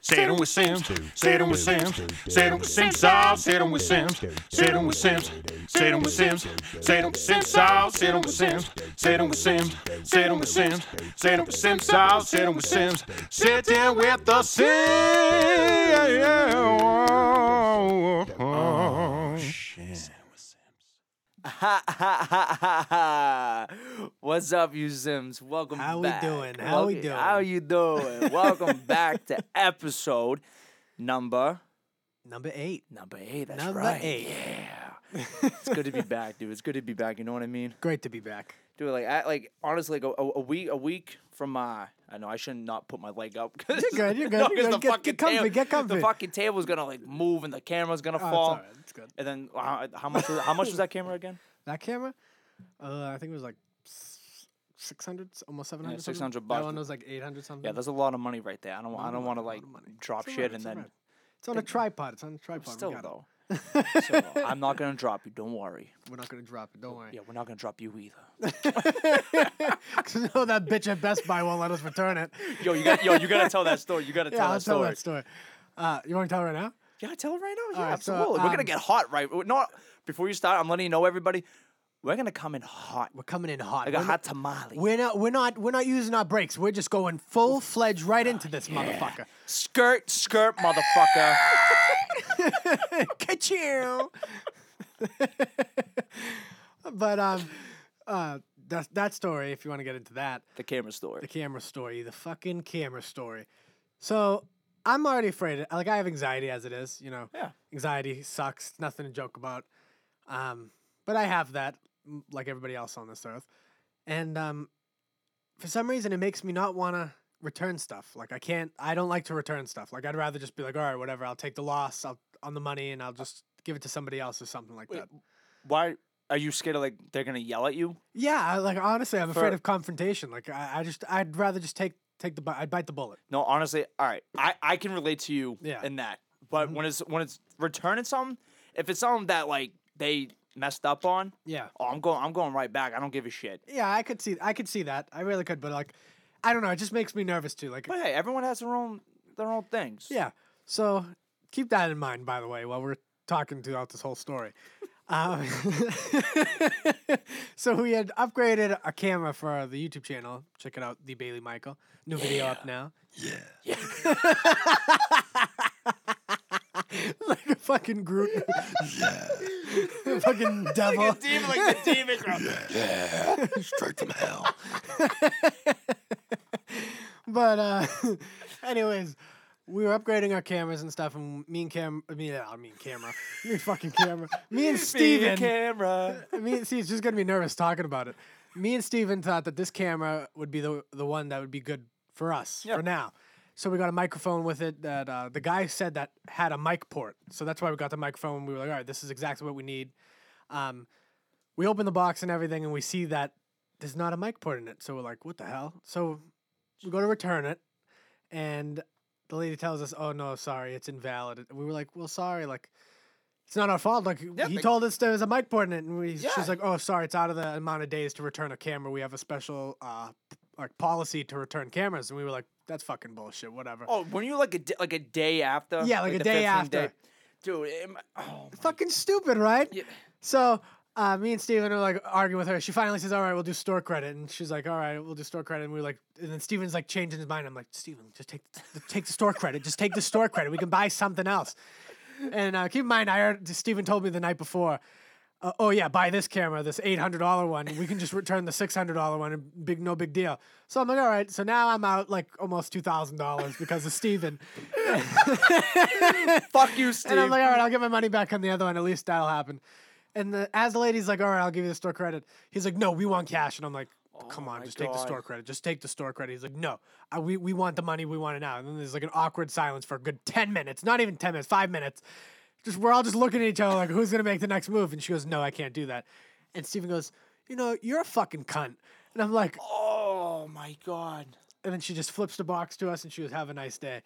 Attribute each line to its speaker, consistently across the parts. Speaker 1: Sit 'em with Sims. Sit 'em with Sims. Sit 'em with Sims. All sit 'em with Sims. Sit 'em with Sims. Sit 'em with Sims. Sit 'em with Sims. All sit 'em with Sims. Sit 'em with Sims. Sit 'em with Sims. Sit 'em with Sims. All sit 'em with Sims. Sit in with the Oh, Sims.
Speaker 2: Ha ha ha ha ha! What's up, you Sims? Welcome
Speaker 3: How we
Speaker 2: back.
Speaker 3: doing? How we
Speaker 2: Welcome-
Speaker 3: doing?
Speaker 2: How you doing? Welcome back to episode number
Speaker 3: Number eight.
Speaker 2: number eight. That's
Speaker 3: Number
Speaker 2: right.
Speaker 3: eight.
Speaker 2: Yeah. it's good to be back, dude. It's good to be back. You know what I mean?
Speaker 3: Great to be back.
Speaker 2: Dude, like, I, like honestly, like a, a, a week, a week from my. I know I should not put my leg up. Cause,
Speaker 3: You're good, you're good,
Speaker 2: No,
Speaker 3: you're
Speaker 2: 'cause The
Speaker 3: good. Get- get
Speaker 2: fucking
Speaker 3: comfy,
Speaker 2: table-
Speaker 3: get comfy.
Speaker 2: The fucking table's gonna like move and the camera's gonna
Speaker 3: Oh,
Speaker 2: fall.
Speaker 3: it's all right. It's good.
Speaker 2: And then uh, how much? Was, how much was that camera again?
Speaker 3: That camera, uh, I think it was like s- 600, almost 700. something.
Speaker 2: 600
Speaker 3: That
Speaker 2: bucks.
Speaker 3: one was like 800 something.
Speaker 2: Yeah, that's a lot of money right there. I don't. I don't want to like drop
Speaker 3: It's all
Speaker 2: shit
Speaker 3: right,
Speaker 2: and
Speaker 3: it's all
Speaker 2: then
Speaker 3: right. It's on a tripod. It's on a tripod.
Speaker 2: still
Speaker 3: we got it.
Speaker 2: though. So, uh, I'm not gonna drop you. Don't worry.
Speaker 3: We're not going to drop it. Don't worry.
Speaker 2: Yeah, we're not gonna drop you either.
Speaker 3: 'Cause no, that bitch at Best Buy won't let us return it.
Speaker 2: Yo, you got. Yo, you gotta tell that story. You gotta
Speaker 3: yeah,
Speaker 2: tell,
Speaker 3: I'll
Speaker 2: that,
Speaker 3: tell
Speaker 2: story.
Speaker 3: that story. Uh, you want to tell it right now?
Speaker 2: Yeah, tell it right now. Yeah,
Speaker 3: Alright, so,
Speaker 2: absolutely. we're gonna
Speaker 3: um,
Speaker 2: get hot, right? No, before you start, I'm letting you know everybody. We're gonna come in hot,
Speaker 3: We're coming in hot.
Speaker 2: like
Speaker 3: We're
Speaker 2: a
Speaker 3: not-
Speaker 2: hot tamale.
Speaker 3: We're not. We're not. We're not using our brakes. We're just going full fledged right into this motherfucker.
Speaker 2: skirt, skirt, motherfucker.
Speaker 3: Ka-chow. but um, uh, that that story. If you want to get into that,
Speaker 2: the camera
Speaker 3: the
Speaker 2: story.
Speaker 3: camera story, the fucking camera story. So I'm already afraid. Like I have anxiety as it is. You know.
Speaker 2: Yeah.
Speaker 3: Anxiety sucks. Nothing to joke about. Um, but I have that, m- like everybody else on this earth, and um, for some reason it makes me not want to return stuff. Like I can't. I don't like to return stuff. Like I'd rather just be like, all right, whatever. I'll take the loss. I'll on the money, and I'll just give it to somebody else or something like
Speaker 2: Wait,
Speaker 3: that.
Speaker 2: Why are you scared of like they're gonna yell at you?
Speaker 3: Yeah. I, like honestly, I'm afraid
Speaker 2: For-
Speaker 3: of confrontation. Like I, I just, I'd rather just take take the. bu- I'd bite the bullet.
Speaker 2: No, honestly, all right, I, I can relate to you
Speaker 3: Yeah. Mm-hmm.
Speaker 2: in that. But when it's when it's returning something, if it's something that like they messed up on,
Speaker 3: Yeah.
Speaker 2: oh, I'm going I'm going right back. I don't give a shit.
Speaker 3: Yeah. I could see. I could see that. I really could. But like, I don't know. It just makes me nervous too. Like
Speaker 2: But hey, everyone has their own their own things.
Speaker 3: Yeah. So keep that in mind, by the way, while we're talking throughout this whole story. Um, so we had upgraded a camera for the YouTube channel. Check it out, the Bailey Michael. New video up now.
Speaker 2: Yeah.
Speaker 3: like a fucking Groot. fucking devil.
Speaker 2: Demon, like the demon girl.
Speaker 4: Straight from hell.
Speaker 3: But uh, anyways, we were upgrading our cameras and stuff, and me and Cam, I mean, I mean camera, me and fucking camera, me and
Speaker 2: Be the
Speaker 3: Steven,
Speaker 2: camera.
Speaker 3: me and see, it's just gonna be nervous talking about it. Me and Steven thought that this camera would be the the one that would be good for us
Speaker 2: Yeah.
Speaker 3: for now. So we got a microphone with it that uh, the guy said that had a mic port. So that's why we got the microphone. We were like, all right, this is exactly what we need. Um, we open the box and everything, and we see that there's not a mic port in it. So we're like, what the hell? So we go to return it, and the lady tells us, oh no, sorry, it's invalid. And we were like, well, sorry, like it's not our fault. Like he
Speaker 2: they-
Speaker 3: told us there was a mic port in it, and we,
Speaker 2: Yeah.
Speaker 3: she's like, oh sorry, it's out of the amount of days to return a camera. We have a special uh p- like policy to return cameras, and we were like, that's fucking bullshit. Whatever.
Speaker 2: Oh, when you like a d- like a day after?
Speaker 3: Yeah, like a
Speaker 2: the
Speaker 3: day
Speaker 2: 15th
Speaker 3: after.
Speaker 2: Dude, it, mi- oh,
Speaker 3: fucking stupid, right?
Speaker 2: Yeah.
Speaker 3: So uh, me and Steven are like arguing with her. She finally says, "All right, we'll do store credit," and she's like, "All right, we'll do store credit." And we were like, and then Steven's like changing his mind. I'm like, Steven, just take the, take the store credit. Just take the store credit. We can buy something else. And uh, keep in mind, I heard Steven told me the night before. Uh, oh yeah, buy this camera, this eight hundred dollar one. We can just return the six hundred dollar one. and Big, no big deal. So I'm like, all right. So now I'm out like almost two thousand dollars because of Steven.
Speaker 2: fuck you, Steve.
Speaker 3: And I'm like, all right, I'll get my money back on the other one. At least that'll happen. And the, as the lady's like, all right, I'll give you the store credit. He's like, no, we want cash. And I'm like, come on,
Speaker 2: Oh my
Speaker 3: just take the store
Speaker 2: God.
Speaker 3: credit. Just take the store credit. He's like, no, I, we, we want the money. We want it now. And then there's like an awkward silence for a good 10 minutes, not even 10 minutes, five minutes. Just we're all just looking at each other like, who's going to make the next move? And she goes, no, I can't do that. And Steven goes, you know, you're a fucking cunt. And I'm like,
Speaker 2: oh my god.
Speaker 3: and then she just flips the box to us and she goes, have a nice day.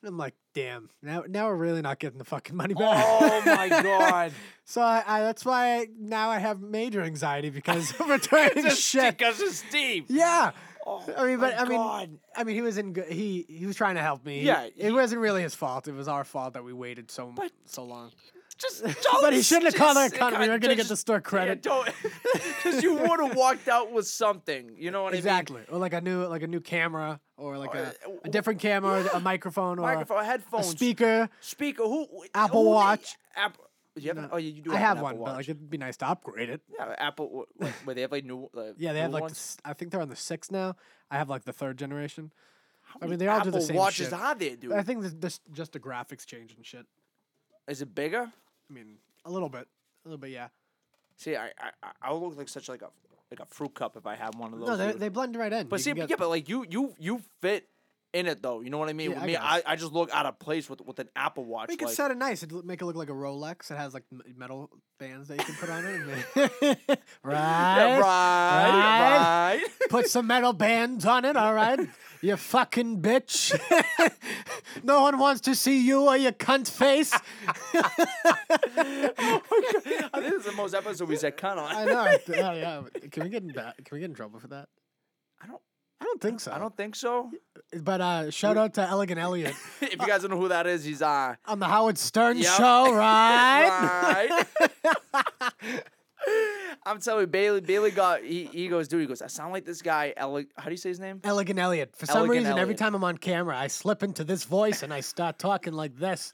Speaker 3: And I'm like, damn, now, now we're really not getting the fucking money back.
Speaker 2: Oh my god.
Speaker 3: So I, I, that's why I, now I have major anxiety because of returning
Speaker 2: Just
Speaker 3: shit.
Speaker 2: because of Steve.
Speaker 3: Yeah. I mean, but
Speaker 2: my
Speaker 3: I mean,
Speaker 2: God.
Speaker 3: I mean, he was in. Good, he he was trying to help me. He-
Speaker 2: Yeah, he-
Speaker 3: it wasn't really his fault. It was our fault that we waited so
Speaker 2: But-
Speaker 3: so long.
Speaker 2: Just don't.
Speaker 3: But he shouldn't have called
Speaker 2: just-
Speaker 3: her a cunt. We
Speaker 2: God,
Speaker 3: weren't gonna get
Speaker 2: just-
Speaker 3: the store credit.
Speaker 2: Yeah, don't. Because you would have walked out with something. You know what
Speaker 3: Exactly, or like a new like a new camera, or like
Speaker 2: Or-
Speaker 3: a, a different camera, a microphone,
Speaker 2: I mean?
Speaker 3: or a-
Speaker 2: Oh, Microphone,
Speaker 3: a
Speaker 2: headphones,
Speaker 3: speaker.
Speaker 2: speaker. Who?
Speaker 3: Apple
Speaker 2: who they-
Speaker 3: Watch.
Speaker 2: Apple. Do you have? an- Oh, yeah, you do.
Speaker 3: I
Speaker 2: an
Speaker 3: have
Speaker 2: Apple
Speaker 3: one,
Speaker 2: Watch.
Speaker 3: but like it'd be nice to upgrade it.
Speaker 2: yeah, Apple. What, what, where they have like new. Uh,
Speaker 3: Yeah, they have
Speaker 2: new
Speaker 3: like the,
Speaker 2: ones?
Speaker 3: s- I think they're on the sixth now. I have like the third generation.
Speaker 2: How
Speaker 3: I mean,
Speaker 2: many
Speaker 3: they all do the
Speaker 2: Apple
Speaker 3: same
Speaker 2: watches
Speaker 3: shit.
Speaker 2: are there, dude?
Speaker 3: I think this, this just the graphics change and shit.
Speaker 2: Is it bigger?
Speaker 3: I mean, a little bit, a little bit, yeah.
Speaker 2: See, I, I, I- I'll look like such like a, like a fruit cup if I have one of those.
Speaker 3: No, they,
Speaker 2: dude.
Speaker 3: they blend right in.
Speaker 2: But
Speaker 3: You
Speaker 2: see,
Speaker 3: can get-
Speaker 2: yeah, but like you, you, you fit in it though. You know what I mean?
Speaker 3: Yeah,
Speaker 2: With
Speaker 3: I
Speaker 2: me,
Speaker 3: guess.
Speaker 2: I, I just look out of place with with an Apple Watch.
Speaker 3: We could
Speaker 2: like,
Speaker 3: set it nice. It'd l- make it look like a Rolex. It has like m- metal bands that you can put on it. and then-
Speaker 2: yeah,
Speaker 3: right.
Speaker 2: right, right.
Speaker 3: Right? Put some metal bands on it, all right? You fucking bitch. no one wants to see you or your cunt face.
Speaker 2: I think this is the most episode we said cunt on.
Speaker 3: I know. I- yeah, yeah. Can we get in ba- Can we get in trouble for that?
Speaker 2: I don't-
Speaker 3: I don't think so.
Speaker 2: I don't think so.
Speaker 3: But uh, shout out to Elegant Elliot
Speaker 2: if you guys don't know who that is, he's uh,
Speaker 3: on the Howard Stern
Speaker 2: Yep.
Speaker 3: show, right?
Speaker 2: right. I'm telling you, Bailey. Bailey got. He, he goes, dude. He goes. I sound like this guy. Ele- How do you say his name?
Speaker 3: Elegant Elliot. For some
Speaker 2: Elegant
Speaker 3: reason, every
Speaker 2: Elliot.
Speaker 3: time I'm on camera, I slip into this voice and I start talking like this.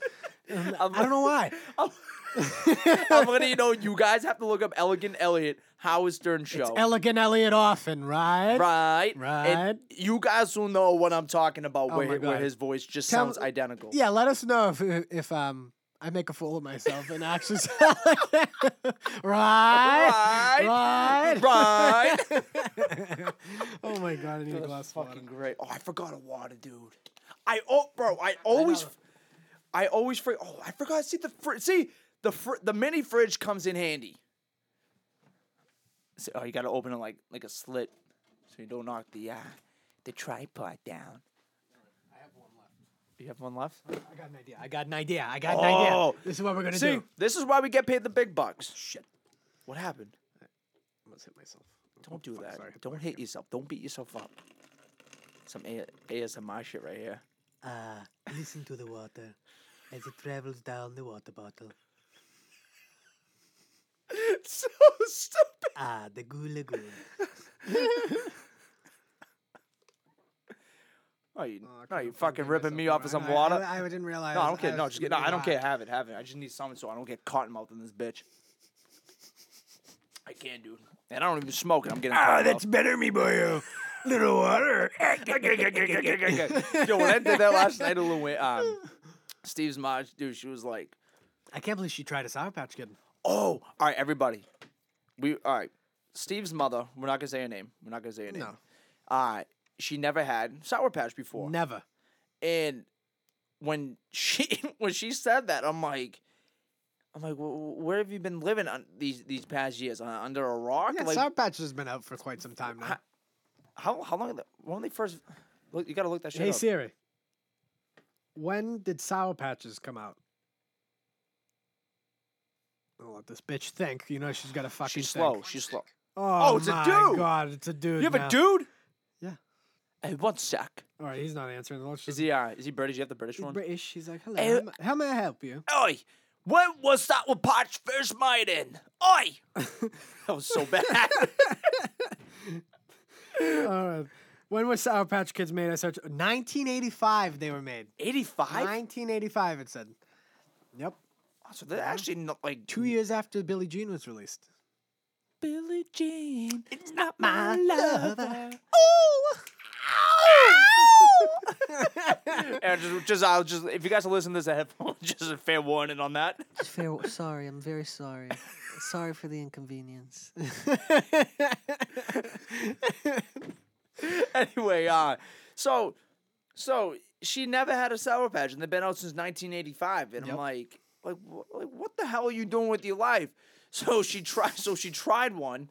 Speaker 3: And I don't know why.
Speaker 2: I'm letting you know. You guys have to look up Elegant Elliot Howard Stern show.
Speaker 3: Elegant Elliot often, right?
Speaker 2: Right, And
Speaker 3: Right.
Speaker 2: you guys will know what I'm talking about.
Speaker 3: Oh
Speaker 2: where,
Speaker 3: my
Speaker 2: hi- where
Speaker 3: God.
Speaker 2: his voice just
Speaker 3: Tell-
Speaker 2: sounds identical.
Speaker 3: Yeah, let us know if if um I make a fool of myself and actually sound like that.
Speaker 2: Right,
Speaker 3: right,
Speaker 2: right.
Speaker 3: oh my god, I need a glass of water.
Speaker 2: Fucking great. Oh, I forgot a water, dude. I oh, bro. I always, I, always forget. Oh, I forgot. See the fr- see the fr- the mini fridge comes in handy. So, oh, you gotta open it like like a slit, so you don't knock the uh, the tripod down. You have one left.
Speaker 3: I got an idea. I got an idea. I got an idea.
Speaker 2: Oh.
Speaker 3: This is what we're gonna
Speaker 2: See,
Speaker 3: do.
Speaker 2: this is why we get paid the big bucks. Oh, Shit. What happened?
Speaker 3: I almost hit myself.
Speaker 2: Don't do that.
Speaker 3: sorry, hit the
Speaker 2: Don't hit yourself. Don't beat yourself up. Some A- ASMR shit right here.
Speaker 5: Ah, listen to the water as it travels down the water bottle.
Speaker 2: so stupid.
Speaker 5: Ah, the goo lagoon.
Speaker 2: Oh, you,
Speaker 3: I
Speaker 2: no,
Speaker 3: Uh, could've
Speaker 2: you
Speaker 3: fucking
Speaker 2: fucking
Speaker 3: hit
Speaker 2: ripping me
Speaker 3: myself.
Speaker 2: off with some
Speaker 3: I- I-
Speaker 2: water.
Speaker 3: I, I didn't realize.
Speaker 2: no, I don't
Speaker 3: I
Speaker 2: care. No,
Speaker 3: was
Speaker 2: just get. No,
Speaker 3: really
Speaker 2: I don't
Speaker 3: hot.
Speaker 2: care. Have it. Have it. I just need something so I don't get cotton mouth in this bitch. I can't, dude. And I don't even smoke. And I'm getting. Ah, that's
Speaker 1: Better me, boyo. Little water.
Speaker 2: Yo, when I did that last night, a little way. Um, Steve's mom, dude, she was like,
Speaker 3: I can't believe she tried a Sour Patch Kid.
Speaker 2: Oh, all right, everybody. We all right. Steve's mother. We're not gonna say her name. We're not gonna say her name.
Speaker 3: No.
Speaker 2: Uh, she never had sour patch before,
Speaker 3: Never.
Speaker 2: and when she when she said that, I'm like, I'm like, "Wh- where have you been living on these these past years? Uh, under a rock?
Speaker 3: Yeah,
Speaker 2: like
Speaker 3: Sour Patch has been out for quite some time now.
Speaker 2: how how long? the- When they first look, you gotta look that shit
Speaker 3: Hey
Speaker 2: up.
Speaker 3: Siri, when did Sour Patches come out? I'll let this bitch think. You know she's got a fucking.
Speaker 2: She's
Speaker 3: think.
Speaker 2: slow. She's slow.
Speaker 3: Oh,
Speaker 2: it's a
Speaker 3: my
Speaker 2: dude.
Speaker 3: God, it's a dude.
Speaker 2: You have
Speaker 3: now.
Speaker 2: a dude?
Speaker 3: Yeah.
Speaker 2: Hey, one sec.
Speaker 3: All right, he's not answering. Let's
Speaker 2: Is
Speaker 3: just.
Speaker 2: he uh, is he British? You have the British
Speaker 3: He's
Speaker 2: one.
Speaker 3: British. She's like, hello.
Speaker 2: Eh,
Speaker 3: how, may, how may I help you?
Speaker 2: Oi, when was that with Patch first made in? Oi! that was so bad.
Speaker 3: Uh, when was Sour Patch Kids made? I searched 1985. They were made.
Speaker 2: 85?
Speaker 3: 1985. It said. Yep.
Speaker 2: So they're actually not like
Speaker 3: Two years after Billie Jean was released.
Speaker 2: Billie Jean. It's not my
Speaker 3: lover.
Speaker 2: and just, just, I'll just, if you guys are listening to this, a headphone, just a fair warning on that.
Speaker 5: Fair, w- sorry, I'm very sorry. Sorry for the inconvenience.
Speaker 2: anyway, uh, so, so she never had a sour patch, and they've been out since 1985, and I'm
Speaker 3: Yep.
Speaker 2: like, like, wh- like, what the hell are you doing with your life? So she tried, so she tried one,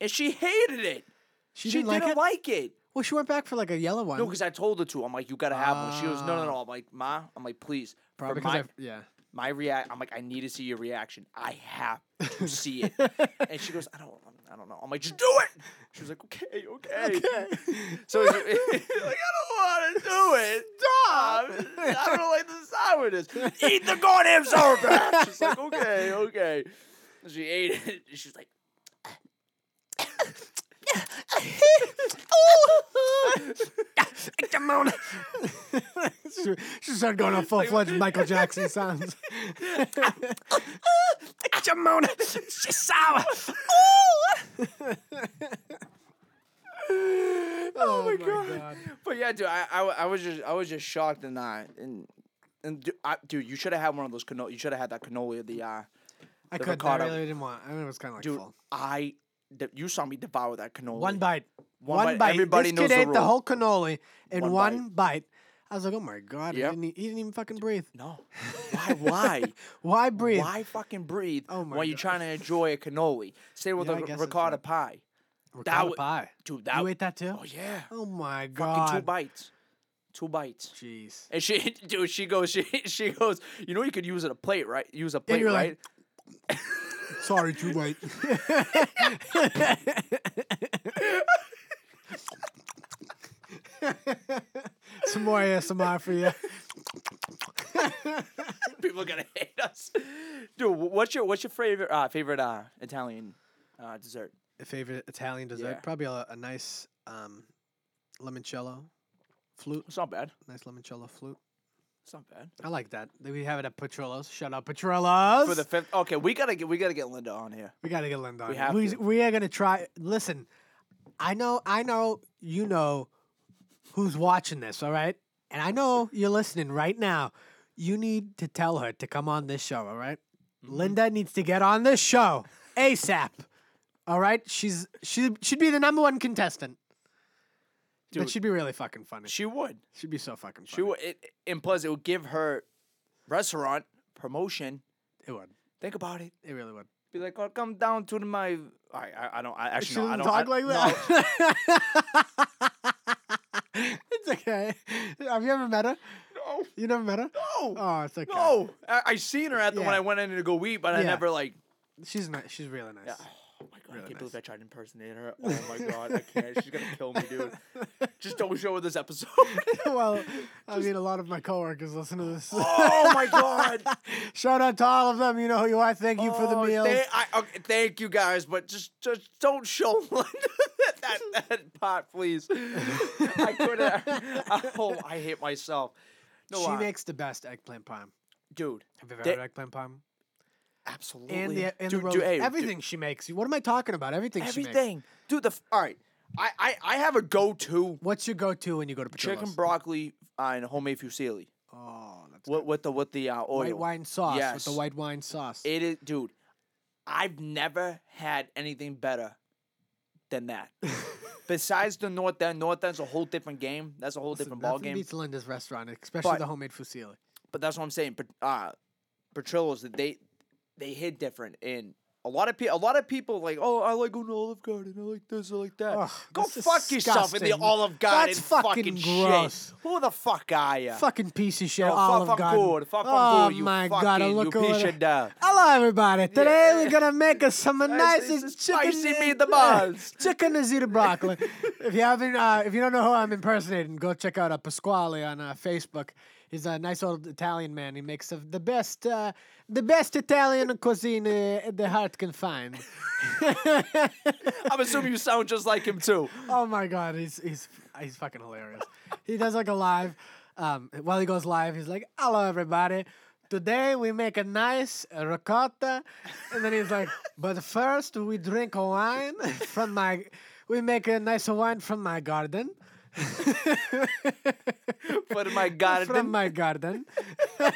Speaker 2: and she hated it.
Speaker 3: She,
Speaker 2: she
Speaker 3: didn't, like, it? Well, she went back for like a yellow one.
Speaker 2: No, because I told her to. I'm like, you gotta have one. She goes, no, no, no. I'm like, ma, I'm like, please. For
Speaker 3: Ah. Probably
Speaker 2: my,
Speaker 3: because I. Yeah.
Speaker 2: my react. I'm like, I need to see your reaction. I have to see it. and she goes, I don't. I don't know. I'm like, just do it. She was like, okay, okay. So it's like, I don't want to do it. Stop. I don't like the sound it is. Eat the goddamn sour patch. She's like, okay, okay. She ate it. She was like,
Speaker 3: she, she started going on full fledged Michael Jackson sounds.
Speaker 6: Jamona, she's sour.
Speaker 3: Oh, my god.
Speaker 2: But yeah, dude, I, I, w- I was just I was just shocked in that and and du- I, dude, you should have had one of those cannoli. You should have had that cannoli of the uh,
Speaker 3: I
Speaker 2: The
Speaker 3: couldn't. I
Speaker 2: ricotta.
Speaker 3: really didn't want. I mean, it was kind of like
Speaker 2: dude.
Speaker 3: full.
Speaker 2: I de- you saw me devour that cannoli.
Speaker 3: One bite.
Speaker 2: One
Speaker 3: One,
Speaker 2: bite.
Speaker 3: bite.
Speaker 2: Everybody
Speaker 3: this
Speaker 2: knows
Speaker 3: kid
Speaker 2: the
Speaker 3: ate the
Speaker 2: rule.
Speaker 3: whole cannoli in
Speaker 2: One
Speaker 3: one, bite. I was like, oh my god,
Speaker 2: Yep.
Speaker 3: he, didn't, e- he didn't even fucking breathe.
Speaker 2: No, why? Why?
Speaker 3: Why breathe?
Speaker 2: Why fucking breathe
Speaker 3: Oh my
Speaker 2: when you're
Speaker 3: God.
Speaker 2: trying to enjoy a cannoli? Stay with
Speaker 3: Yeah, I
Speaker 2: a
Speaker 3: guess that's
Speaker 2: ricotta
Speaker 3: right.
Speaker 2: pie,
Speaker 3: Ricotta
Speaker 2: w-
Speaker 3: pie.
Speaker 2: dude. That
Speaker 3: you ate that too?
Speaker 2: Oh yeah,
Speaker 3: Oh my
Speaker 2: fucking two
Speaker 3: god.
Speaker 2: bites, two bites.
Speaker 3: Jeez.
Speaker 2: And she, dude, she goes, she, she goes. You know, you could use it a plate, right? Use a plate,
Speaker 3: you're like,
Speaker 2: right?
Speaker 3: Sorry, too late. Some more ASMR for you.
Speaker 2: People are gonna hate us, dude. wh- What's your what's your favorite uh, favorite uh, Italian uh, dessert?
Speaker 3: Favorite Italian dessert?
Speaker 2: Yeah.
Speaker 3: Probably a, a nice um, limoncello flute.
Speaker 2: It's not bad.
Speaker 3: Nice limoncello flute.
Speaker 2: It's not bad.
Speaker 3: I like that. Th- We have it at Petrillo's. Shout out Petrillo's.
Speaker 2: For the fifth, okay, we gotta get we gotta get Linda on here.
Speaker 3: we gotta get Linda.
Speaker 2: We
Speaker 3: on.
Speaker 2: have
Speaker 3: we,
Speaker 2: to.
Speaker 3: we are gonna try. Listen, I know, I know, you know, who's watching this. All right, and I know you're listening right now. You need to tell her to come on this show. All right?
Speaker 2: Mm-hmm.
Speaker 3: Linda needs to get on this show asap. All right, she's she should be the number one contestant.
Speaker 2: Dude.
Speaker 3: That should be really fucking funny.
Speaker 2: She would.
Speaker 3: She'd be so fucking funny.
Speaker 2: She would. It, and plus, it would give her restaurant promotion.
Speaker 3: It would.
Speaker 2: Think about it.
Speaker 3: It really would.
Speaker 2: Be like, oh, come down to my. I I, I don't. I actually no, I
Speaker 3: shouldn't
Speaker 2: don't
Speaker 3: talk
Speaker 2: I-
Speaker 3: like
Speaker 2: no,
Speaker 3: that. it's okay. Have you ever met her?
Speaker 2: No.
Speaker 3: You never met her?
Speaker 2: No.
Speaker 3: Oh, it's okay.
Speaker 2: No, I, I seen her at the when
Speaker 3: Yeah.
Speaker 2: I went in to go eat, but I
Speaker 3: Yeah.
Speaker 2: never like.
Speaker 3: She's nice. She's really nice.
Speaker 2: Oh my god, I can't believe I tried to impersonate her. Oh my god, I can't. She's gonna kill me, dude. Just don't show her this episode.
Speaker 3: well, I mean, a lot of my coworkers listen to this.
Speaker 2: oh my god.
Speaker 3: Shout out to all of them. You know who you are. Thank you for the
Speaker 2: Oh,
Speaker 3: meals.
Speaker 2: thank- I, okay, thank you guys, but just just don't show Linda that, that, that pot, please. I couldn't. Oh, I hate myself. No,
Speaker 3: she
Speaker 2: I-
Speaker 3: makes the best eggplant parm.
Speaker 2: dude.
Speaker 3: Have you ever
Speaker 2: They-
Speaker 3: had eggplant parm?
Speaker 2: Absolutely.
Speaker 3: And the and
Speaker 2: dude,
Speaker 3: the rose,
Speaker 2: dude, hey, dude,
Speaker 3: everything she makes. What am I talking about? Everything. She makes.
Speaker 2: everything, dude. The f- all right. I I, I have a go to
Speaker 3: What's your go-to when you go to Petrillo's?
Speaker 2: chicken broccoli uh, and homemade fusilli.
Speaker 3: Oh, that's
Speaker 2: What with the with the uh, oil?
Speaker 3: white wine sauce with the
Speaker 2: Yes.
Speaker 3: white wine sauce.
Speaker 2: It is, dude. I've never had anything better than that. Besides the North End, North End's a whole different game. That's a whole different ball
Speaker 3: Nothing
Speaker 2: game.
Speaker 3: beats Linda's restaurant, especially
Speaker 2: But-
Speaker 3: the homemade fusilli.
Speaker 2: But that's what I'm saying. But uh, Petrillo's, they they hit different. And a lot of people, a lot of people like, oh, I like going to Olive Garden. I like this. I like that.
Speaker 3: Ugh,
Speaker 2: Go
Speaker 3: that's
Speaker 2: fuck yourself in the
Speaker 3: disgusting.
Speaker 2: Olive Garden.
Speaker 3: That's fucking gross.
Speaker 2: Shit. Who the fuck are you?
Speaker 3: Fucking piece of shit,
Speaker 2: No,
Speaker 3: Olive
Speaker 2: fuck
Speaker 3: Garden.
Speaker 2: good, fuck
Speaker 3: oh
Speaker 2: good, you
Speaker 3: my god,
Speaker 2: fucking-
Speaker 3: I
Speaker 2: you
Speaker 3: look
Speaker 2: piece
Speaker 3: over
Speaker 2: of da-
Speaker 3: Hello everybody. Today we're gonna make us some nice
Speaker 2: this
Speaker 3: and
Speaker 2: is
Speaker 3: chicken
Speaker 2: spicy
Speaker 3: and-
Speaker 2: meatballs.
Speaker 3: chicken Azita broccoli. if you haven't, uh, if you don't know who I'm impersonating, go check out uh, Pasquale on uh, Facebook. He's a nice old Italian man. He makes of the best, uh, the best Italian cuisine uh, the heart can find.
Speaker 2: I'm assuming you sound just like him too.
Speaker 3: Oh my god, he's he's he's fucking hilarious. He does like a live. Um, while he goes live, he's like, "Hello everybody, today we make a nice ricotta," and then he's like, "But first we drink wine from my, we make a nice wine from my garden,
Speaker 2: But my God, it
Speaker 3: from my garden."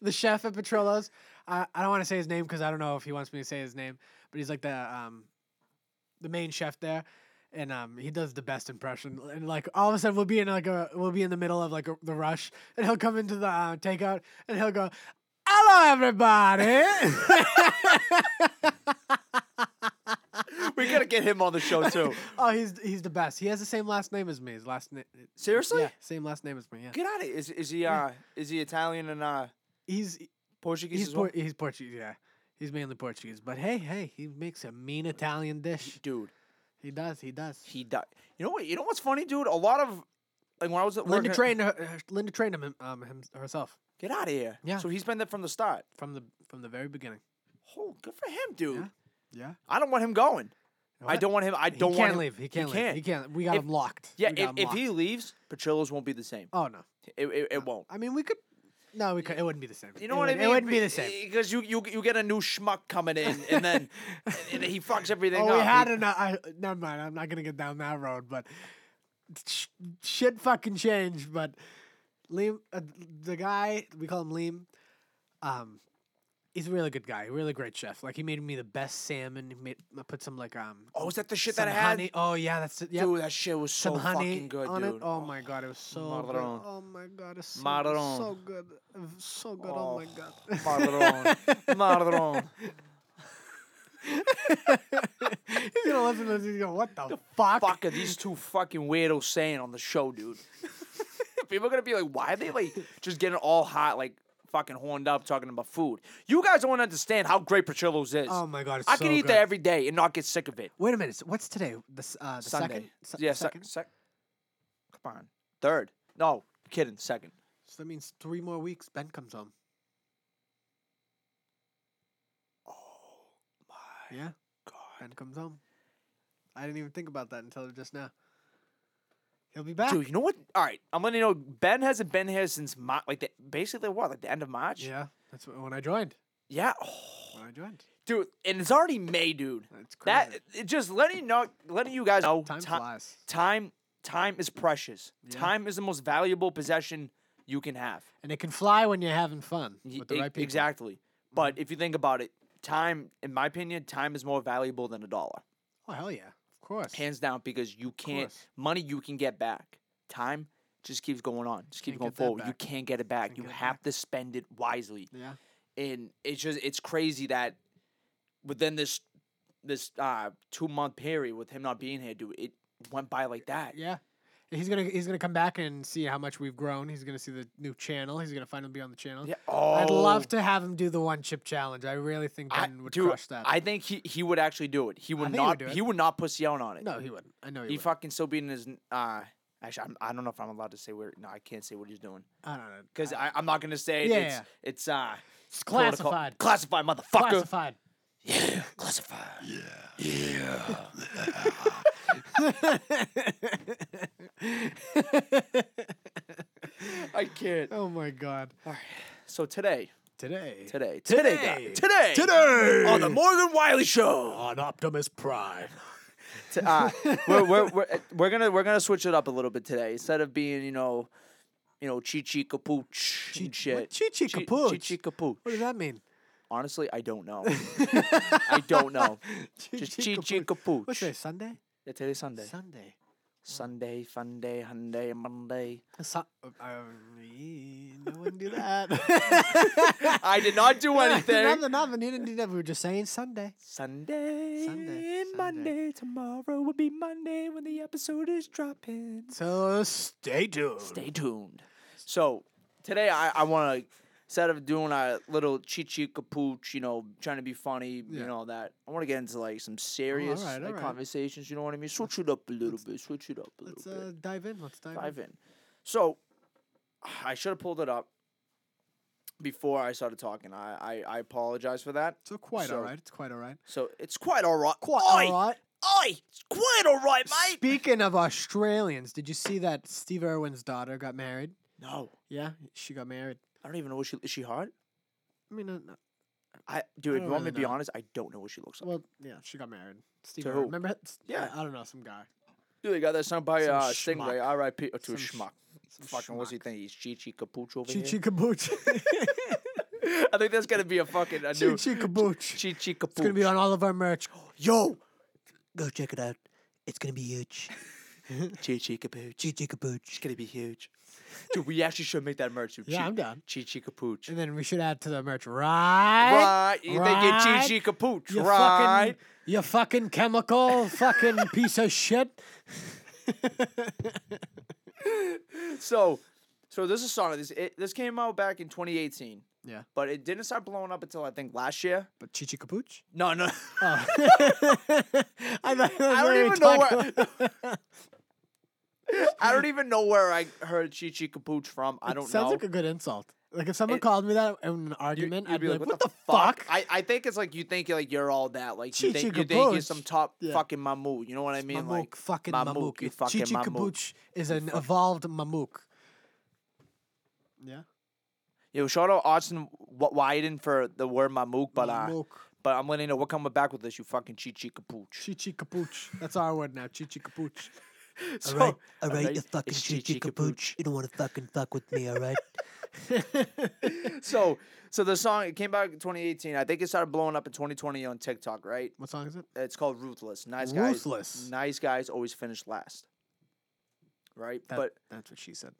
Speaker 3: the chef at Petrillo's, I, I don't want to say his name because I don't know if he wants me to say his name, but he's like the um, the main chef there, and um, he does the best impression. And like all of a sudden, we'll be in like a we'll be in the middle of like a, the rush, and he'll come into the uh, takeout, and he'll go, "Hello, everybody."
Speaker 2: we gotta get him on the show too.
Speaker 3: oh, he's he's the best. He has the same last name as me. His last name,
Speaker 2: Seriously?
Speaker 3: yeah, same last name as me. Yeah,
Speaker 2: Get out of here. Is is he uh is he Italian and uh
Speaker 3: he's
Speaker 2: Portuguese
Speaker 3: he's
Speaker 2: as well?
Speaker 3: Por- he's Portuguese. Yeah, He's mainly Portuguese, but hey, hey, he makes a mean Italian dish.
Speaker 2: dude.
Speaker 3: He does. He does.
Speaker 2: He died. You know what? You know what's funny, dude? A lot of like when I was at
Speaker 3: Linda
Speaker 2: work-
Speaker 3: trained her, her- Linda trained him, um, him herself
Speaker 2: Get out of here.
Speaker 3: Yeah.
Speaker 2: So he's been there from the start.
Speaker 3: from the from the very beginning.
Speaker 2: Oh, good for him, dude.
Speaker 3: Yeah.
Speaker 2: I don't want him going. I
Speaker 3: What?
Speaker 2: don't want him. I
Speaker 3: He
Speaker 2: don't want
Speaker 3: can't
Speaker 2: him.
Speaker 3: leave. He can't leave.
Speaker 2: can't.
Speaker 3: He can't. We got
Speaker 2: If-
Speaker 3: him locked.
Speaker 2: Yeah,
Speaker 3: We got
Speaker 2: if,
Speaker 3: him
Speaker 2: if
Speaker 3: locked.
Speaker 2: he leaves, Pachillos won't be the same.
Speaker 3: Oh no.
Speaker 2: It, it, it won't.
Speaker 3: I mean, we could. No, we could. It wouldn't be the same.
Speaker 2: You know
Speaker 3: It
Speaker 2: what I
Speaker 3: wouldn't-
Speaker 2: mean? eh,
Speaker 3: It wouldn't be the same.
Speaker 2: because you, you you get a new schmuck coming in, and then and he fucks everything
Speaker 3: Oh,
Speaker 2: up.
Speaker 3: we had
Speaker 2: He-
Speaker 3: an. I, never mind. I'm not gonna get down that road, but sh- shit fucking changed. But Liam, uh, the guy we call him Liam, um, he's a really good guy. Really great chef. Like he made me the best salmon. He made put some like um.
Speaker 2: oh, is that the shit
Speaker 3: some
Speaker 2: that I had?
Speaker 3: honey. Oh yeah, that's it. Yep.
Speaker 2: Dude, that shit was so
Speaker 3: some honey
Speaker 2: fucking good,
Speaker 3: on
Speaker 2: dude.
Speaker 3: it. Oh my god, it was so good.
Speaker 2: Marron.
Speaker 3: Oh my god, it's so,
Speaker 2: Marron.
Speaker 3: so good. It was So good. Oh, my god.
Speaker 2: Marron. Marron.
Speaker 3: he's gonna listen to this. He's going, what the, fuck?
Speaker 2: Fuck are these two fucking weirdos saying on the show, dude? People are gonna be like, why are they like just getting all hot, like fucking horned up, talking about food? You guys don't understand how great Pachillo's is.
Speaker 3: Oh my god, it's
Speaker 2: I
Speaker 3: so
Speaker 2: can eat
Speaker 3: good.
Speaker 2: that every day and not get sick of it.
Speaker 3: Wait a minute. so What's today? The, s- uh, the
Speaker 2: Sunday.
Speaker 3: second. Su-
Speaker 2: yeah, sec-
Speaker 3: second.
Speaker 2: sec- Come on. Third. No, kidding. Second.
Speaker 3: So that means three more weeks. Ben comes home. Oh my. Yeah. Ben comes home. I didn't even think about that until just now. He'll be back.
Speaker 2: Dude, you know what? All right, I'm letting you know. Ben hasn't been here since Mar- like the, basically what, like the end of March.
Speaker 3: Yeah, that's wh- when I joined.
Speaker 2: Yeah. Oh,
Speaker 3: When I joined.
Speaker 2: dude, and it's already May, dude.
Speaker 3: It's crazy.
Speaker 2: That it just letting you know, letting you guys know.
Speaker 3: time
Speaker 2: ti-
Speaker 3: flies.
Speaker 2: Time, time is precious. Time is the most valuable possession you can have.
Speaker 3: And it can fly when you're having fun
Speaker 2: Y-
Speaker 3: with the
Speaker 2: e-
Speaker 3: right people. Mm-hmm.
Speaker 2: Exactly. But if you think about it, time, in my opinion, time is more valuable than a dollar,
Speaker 3: Oh hell yeah, of course.
Speaker 2: hands down, because you can't
Speaker 3: course.
Speaker 2: money you can get back. Time just keeps going on, just keeps
Speaker 3: Can't
Speaker 2: going
Speaker 3: get that
Speaker 2: forward. You
Speaker 3: back.
Speaker 2: can't get it back.
Speaker 3: Can't
Speaker 2: you
Speaker 3: get it
Speaker 2: have to spend it wisely,
Speaker 3: yeah.
Speaker 2: and it's just it's crazy that within this this uh two month period with him not being here, dude, it went by like that.
Speaker 3: Yeah. He's gonna he's gonna come back and see how much we've grown. He's gonna see the new channel. He's gonna finally be on the channel.
Speaker 2: Yeah. Oh,
Speaker 3: I'd love to have him do the one chip challenge. I really think
Speaker 2: I,
Speaker 3: Ben would
Speaker 2: dude,
Speaker 3: crush that.
Speaker 2: I think he, he would actually do it. He would
Speaker 3: think he would
Speaker 2: not.
Speaker 3: do
Speaker 2: He would,
Speaker 3: it.
Speaker 2: not pussy out on it.
Speaker 3: no, he wouldn't. I know he,
Speaker 2: he
Speaker 3: would.
Speaker 2: fucking still beating his. n- Uh, actually, I'm, I don't know if I'm allowed to say where. No, I can't say what he's doing
Speaker 3: I don't know.
Speaker 2: because I I'm not gonna say. it.
Speaker 3: Uh, Yeah,
Speaker 2: it's
Speaker 3: yeah.
Speaker 2: it's uh
Speaker 3: It's
Speaker 2: protocol-
Speaker 3: classified.
Speaker 2: classified, motherfucker.
Speaker 3: Classified.
Speaker 2: Yeah, classified. Yeah. I can't.
Speaker 3: Oh my god.
Speaker 2: So today,
Speaker 3: Today.
Speaker 2: today, today, guy- today,
Speaker 3: Today.
Speaker 2: on the Morgan Wiley Show.
Speaker 3: on Optimus Prime.
Speaker 2: t- uh, we're, we're, we're, uh, we're gonna we're gonna switch it up a little bit today. Instead of being you know, you know, chichi kapooch and shit.
Speaker 3: what? Chi-chi
Speaker 2: Chi-
Speaker 3: kapooch?
Speaker 2: Chichi kapooch.
Speaker 3: What does that mean?
Speaker 2: Honestly, I don't know. I don't know. Just chichi kapooch.
Speaker 3: What's today? Sunday?
Speaker 2: Yeah, today's Sunday.
Speaker 3: Sunday.
Speaker 2: Sunday, Funday, Hyundai, Monday.
Speaker 3: Su- Uh, no one do that.
Speaker 2: I did not do anything.
Speaker 3: nothing, nothing. You didn't do that. We were just saying Sunday.
Speaker 2: Sunday,
Speaker 3: Sunday,
Speaker 2: and
Speaker 3: Sunday.
Speaker 2: Monday. Tomorrow will be Monday when the episode is dropping.
Speaker 3: So stay tuned.
Speaker 2: Stay tuned. So today I, I want to instead of doing a little chichi kapooch, you know, trying to be funny, you
Speaker 3: Yeah.
Speaker 2: know that I want to get into like some serious
Speaker 3: alright,
Speaker 2: like,
Speaker 3: alright.
Speaker 2: conversations. You know what I mean? Switch it up a little bit. Switch it up a
Speaker 3: Let's
Speaker 2: little
Speaker 3: uh, dive in. Let's dive,
Speaker 2: bit. Dive
Speaker 3: in.
Speaker 2: in. So I should have pulled it up before I started talking. I I, I apologize for that.
Speaker 3: So quite
Speaker 2: So-
Speaker 3: all right. It's quite all right.
Speaker 2: So it's quite all right.
Speaker 3: Quite
Speaker 2: Oi,
Speaker 3: all right.
Speaker 2: oi, it's quite all right, mate.
Speaker 3: Speaking of Australians, did you see that Steve Irwin's daughter got married?
Speaker 2: no,
Speaker 3: Yeah, she got married.
Speaker 2: I don't even know what she is. She hot?
Speaker 3: I mean, uh, no-
Speaker 2: I dude, if
Speaker 3: don't
Speaker 2: you want me
Speaker 3: really
Speaker 2: to be
Speaker 3: know.
Speaker 2: honest, I don't know what she looks like.
Speaker 3: well, yeah, she got married. Steve
Speaker 2: To
Speaker 3: Irwin.
Speaker 2: who?
Speaker 3: Remember? that? S-
Speaker 2: Yeah.
Speaker 3: I don't know, some guy.
Speaker 2: Dude, they got that song by
Speaker 3: Some
Speaker 2: uh,
Speaker 3: schmuck.
Speaker 2: Stingray, R.I.P. or to a
Speaker 3: Some sch-
Speaker 2: schmuck. Fucking, what's he think? He's Chichi Capuch over
Speaker 3: Chi Chi Kabooch.
Speaker 2: here. I think that's gonna be a fucking a
Speaker 3: Chi
Speaker 2: new
Speaker 3: Chi Kabooch.
Speaker 2: Chichi Capuch.
Speaker 3: It's gonna be on all of our merch.
Speaker 2: yo
Speaker 7: Go check it out. It's gonna be huge.
Speaker 2: Chichi Capuch.
Speaker 7: Gigi
Speaker 2: It's
Speaker 7: Kabooch.
Speaker 2: gonna be huge. Dude, we actually should make that merch. Dude.
Speaker 3: Yeah, I'm down.
Speaker 2: Chichi Capuch.
Speaker 3: And then we should add to the merch, right?
Speaker 2: Right, you think you're
Speaker 3: Right.
Speaker 2: Chichi Capuch,
Speaker 3: You
Speaker 2: right?
Speaker 3: fucking, you fucking chemical, fucking piece of shit.
Speaker 2: So, so this is a song. This it, this came out back in 2018.
Speaker 3: Yeah.
Speaker 2: But it didn't start blowing up until I think last year.
Speaker 3: But Chichi Capuch?
Speaker 2: No, no.
Speaker 3: Oh. I, thought that was
Speaker 2: I don't
Speaker 3: what you were
Speaker 2: even know
Speaker 3: talking
Speaker 2: where-
Speaker 3: about.
Speaker 2: I don't even know where I heard Chi Chi Capuch from. I
Speaker 3: It
Speaker 2: don't
Speaker 3: sounds
Speaker 2: know.
Speaker 3: like a good insult. Like if someone
Speaker 2: It-
Speaker 3: called me that in an argument,
Speaker 2: you'd
Speaker 3: I'd be like, "What, the, fuck?"
Speaker 2: I, I think it's like you think like you're all that. Like
Speaker 3: Chi
Speaker 2: you
Speaker 3: Chi
Speaker 2: think you think you're
Speaker 3: Capuch.
Speaker 2: some top
Speaker 3: Yeah.
Speaker 2: fucking mamu. You know what I mean?
Speaker 3: Mamook,
Speaker 2: like
Speaker 3: fucking
Speaker 2: Mamook,
Speaker 3: Mamook.
Speaker 2: you
Speaker 3: It-
Speaker 2: fucking
Speaker 3: Chichi
Speaker 2: Mamook.
Speaker 3: Kabuch is an evolved Mamook. Yeah.
Speaker 2: yo, shout out Austin w- Wyden for the word mamook, but uh,
Speaker 3: Mamook.
Speaker 2: but I'm letting you know we're coming back with this. You fucking Chi Chi Capuch.
Speaker 3: Chichi Capuch. That's our word now. Chichi Capuch.
Speaker 2: So,
Speaker 8: All right, all right, you
Speaker 2: Alright,
Speaker 8: fucking
Speaker 2: it's Chi Chi
Speaker 8: chichi kapooch. You don't want to fucking fuck with me, all right?
Speaker 2: so so the song it came out in 2018. I think it started blowing up in 2020 on TikTok. Right?
Speaker 3: What song is it?
Speaker 2: It's called Ruthless. Nice guys.
Speaker 3: Ruthless.
Speaker 2: Nice guys always finish last. Right,
Speaker 3: That-
Speaker 2: but
Speaker 3: that's what she said.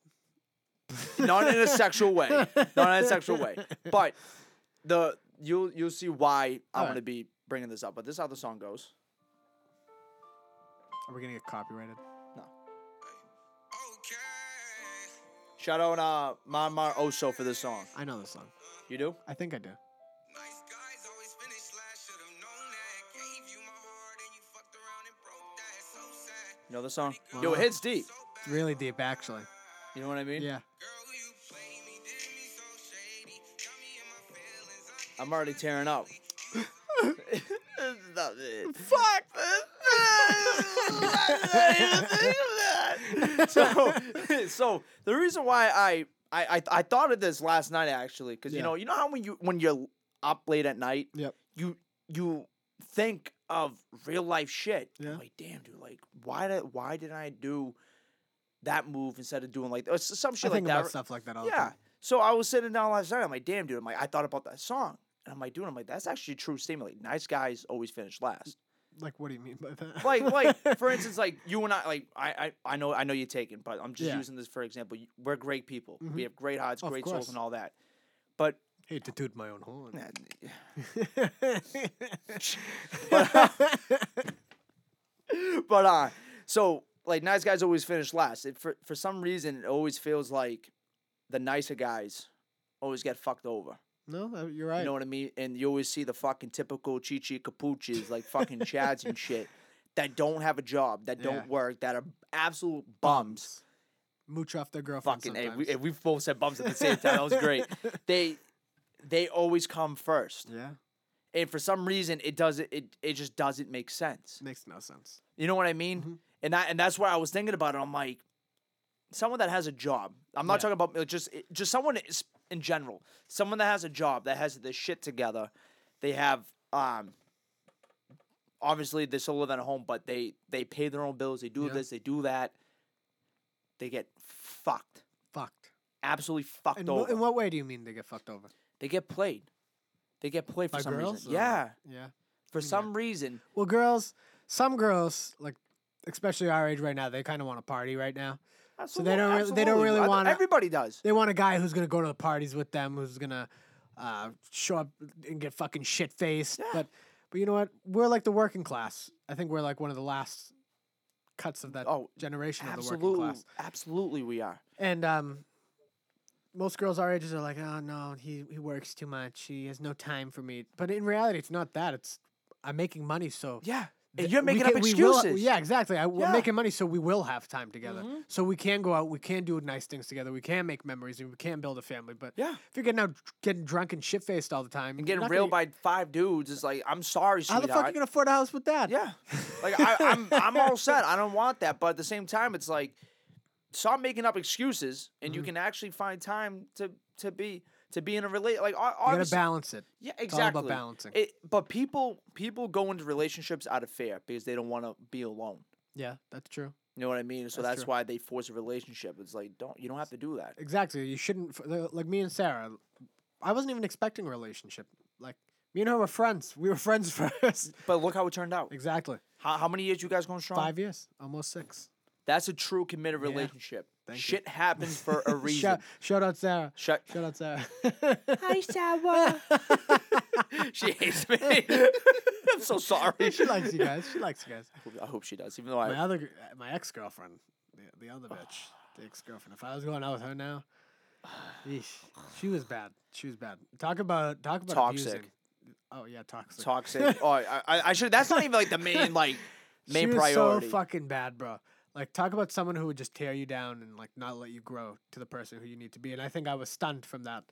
Speaker 2: not in a sexual way, not in a sexual way. But the you'll you'll see why I'm
Speaker 3: Alright.
Speaker 2: gonna be bringing this up. But this is how the song goes.
Speaker 3: Are we gonna get copyrighted?
Speaker 2: Shout out uh Manmar Oso for this song.
Speaker 3: I know this song.
Speaker 2: You do?
Speaker 3: I think I do.
Speaker 9: Nice guys always finish last, should've known that. Gave you my heart and you fucked around and broke that. So sad,
Speaker 2: You know the song?
Speaker 3: Wow.
Speaker 2: Yo, it hits deep.
Speaker 3: Really deep, actually.
Speaker 2: You know what I mean?
Speaker 3: Yeah.
Speaker 9: girl, you play me, did me so shady. Got me in my feelings. I
Speaker 2: I'm already tearing up.
Speaker 3: Fuck.
Speaker 2: so so the reason why I I, I, I thought of this last night actually because
Speaker 3: Yeah.
Speaker 2: you know you know how when you when you're up late at night
Speaker 3: Yep.
Speaker 2: you you think of real life shit I'm
Speaker 3: Yeah.
Speaker 2: like damn dude like why did why did I do that move instead of doing like or s- some
Speaker 3: I
Speaker 2: shit like
Speaker 3: think
Speaker 2: that
Speaker 3: about stuff like that all the
Speaker 2: yeah
Speaker 3: time.
Speaker 2: so I was sitting down last night I'm like damn dude I'm like I thought about that song and I'm like dude I'm like that's actually a true statement like nice guys always finish last
Speaker 3: Like, what do you mean by that?
Speaker 2: like like for instance like you and i like i i, I know i know you're taken but i'm just
Speaker 3: Yeah.
Speaker 2: using this for example You- we're great people
Speaker 3: Mhm.
Speaker 2: we have great hearts
Speaker 3: Of
Speaker 2: great
Speaker 3: course.
Speaker 2: souls and all that but
Speaker 3: hate to toot my own horn.
Speaker 2: but uh so like nice guys always finish last it, for for some reason it always feels like the nicer guys always get fucked over
Speaker 3: no, uh, you're right.
Speaker 2: you know what i mean and you always see the fucking typical chichi capuches like fucking chads and shit that don't have a job that
Speaker 3: Yeah.
Speaker 2: don't work that are absolute bums
Speaker 3: Mooch off their girlfriend.
Speaker 2: fucking hey, we,
Speaker 3: sometimes.
Speaker 2: hey, we both said bums at the same time. That was great. They they always come first.
Speaker 3: yeah,
Speaker 2: And for some reason it doesn't it it just doesn't make sense.
Speaker 3: makes no sense.
Speaker 2: You know what I mean?
Speaker 3: Mm-hmm.
Speaker 2: And that and that's why I was thinking about it. I'm like someone that has a job. I'm not
Speaker 3: Yeah.
Speaker 2: talking about like, just just someone is- in general. Someone that has a job that has their shit together. They have um obviously they still live at home, but they they pay their own bills. They do
Speaker 3: Yeah.
Speaker 2: this, they do that. They get fucked.
Speaker 3: Fucked.
Speaker 2: Absolutely fucked
Speaker 3: In, wh-
Speaker 2: over.
Speaker 3: in what way do you mean they get fucked over?
Speaker 2: They get played. They get played for
Speaker 3: By
Speaker 2: some
Speaker 3: girls?
Speaker 2: reason.
Speaker 3: Hmm. or-
Speaker 2: Yeah,
Speaker 3: Yeah.
Speaker 2: for some reason.
Speaker 3: Well, girls, some girls like. Especially our age right now, they kind of want to party right now. they don't really- they don't
Speaker 2: absolutely.
Speaker 3: really
Speaker 2: I th-
Speaker 3: wanna-
Speaker 2: Everybody does.
Speaker 3: They want a guy who's gonna go to the parties with them, who's gonna uh, show up and get fucking shit faced. But but you know what? We're like the working class. I think we're like one of the last cuts of that
Speaker 2: Oh,
Speaker 3: generation of the working
Speaker 2: Absolutely,
Speaker 3: class.
Speaker 2: absolutely, we are.
Speaker 3: And um, most girls our ages are like, oh no, he, he works too much. He has no time for me. But in reality, it's not that. It's I'm making money, so
Speaker 2: Yeah,
Speaker 3: th-
Speaker 2: you're
Speaker 3: we
Speaker 2: making
Speaker 3: can-
Speaker 2: up
Speaker 3: we will-
Speaker 2: excuses.
Speaker 3: yeah, exactly. I, We're
Speaker 2: Yeah. Mm-hmm.
Speaker 3: making money, so we will have time together. So we can go out. We can do nice things together. We can make memories, and we can build a family. But
Speaker 2: Yeah.
Speaker 3: if you're getting out, getting drunk and shit faced all the time,
Speaker 2: and
Speaker 3: you're
Speaker 2: getting
Speaker 3: not
Speaker 2: railed
Speaker 3: gonna-
Speaker 2: by five dudes is like, I'm sorry,
Speaker 3: how
Speaker 2: sweetheart.
Speaker 3: the fuck you gonna afford a house with that?
Speaker 2: Yeah, like I, I'm, I'm all set. I don't want that. But at the same time, it's like, stop making up excuses, and
Speaker 3: Mm-hmm.
Speaker 2: you can actually find time to to be to be in a relate. Like, o-
Speaker 3: you gotta
Speaker 2: obviously,
Speaker 3: balance it.
Speaker 2: Yeah,
Speaker 3: all
Speaker 2: exactly.
Speaker 3: about balancing.
Speaker 2: It, but people people go into relationships out of fear because they don't want to be alone.
Speaker 3: Yeah, that's true.
Speaker 2: You know what I mean? So
Speaker 3: That's
Speaker 2: that's,
Speaker 3: true.
Speaker 2: why they force a relationship. It's like don't you don't have to do that.
Speaker 3: Exactly. You shouldn't f- li- like me and Sarah. I wasn't even expecting a relationship. Like me and her were friends. We were friends first.
Speaker 2: But look how it turned out.
Speaker 3: exactly.
Speaker 2: How, how many years you guys going strong?
Speaker 3: Five years, almost six.
Speaker 2: That's a true committed relationship.
Speaker 3: Thank you.
Speaker 2: Shit happens for a reason.
Speaker 3: Shout, shout out Sarah.
Speaker 2: Shut.
Speaker 3: Shout out Sarah.
Speaker 2: she hates me. I'm so sorry.
Speaker 3: she likes you guys. She likes you guys.
Speaker 2: I hope she does. Even though
Speaker 3: My
Speaker 2: I,
Speaker 3: other, g- my ex girlfriend, the, the other bitch, the ex girlfriend. If I was going out with her now, Yeesh. She was bad. She was bad. Talk about talk about
Speaker 2: Toxic.
Speaker 3: abusing. Oh yeah, toxic.
Speaker 2: Toxic. oh, I, I, I should. That's not even like the main like
Speaker 3: she
Speaker 2: main
Speaker 3: was
Speaker 2: priority.
Speaker 3: so fucking bad, bro. Like talk about someone who would just tear you down and like not let you grow to the person who you need to be. And I think I was stunned from that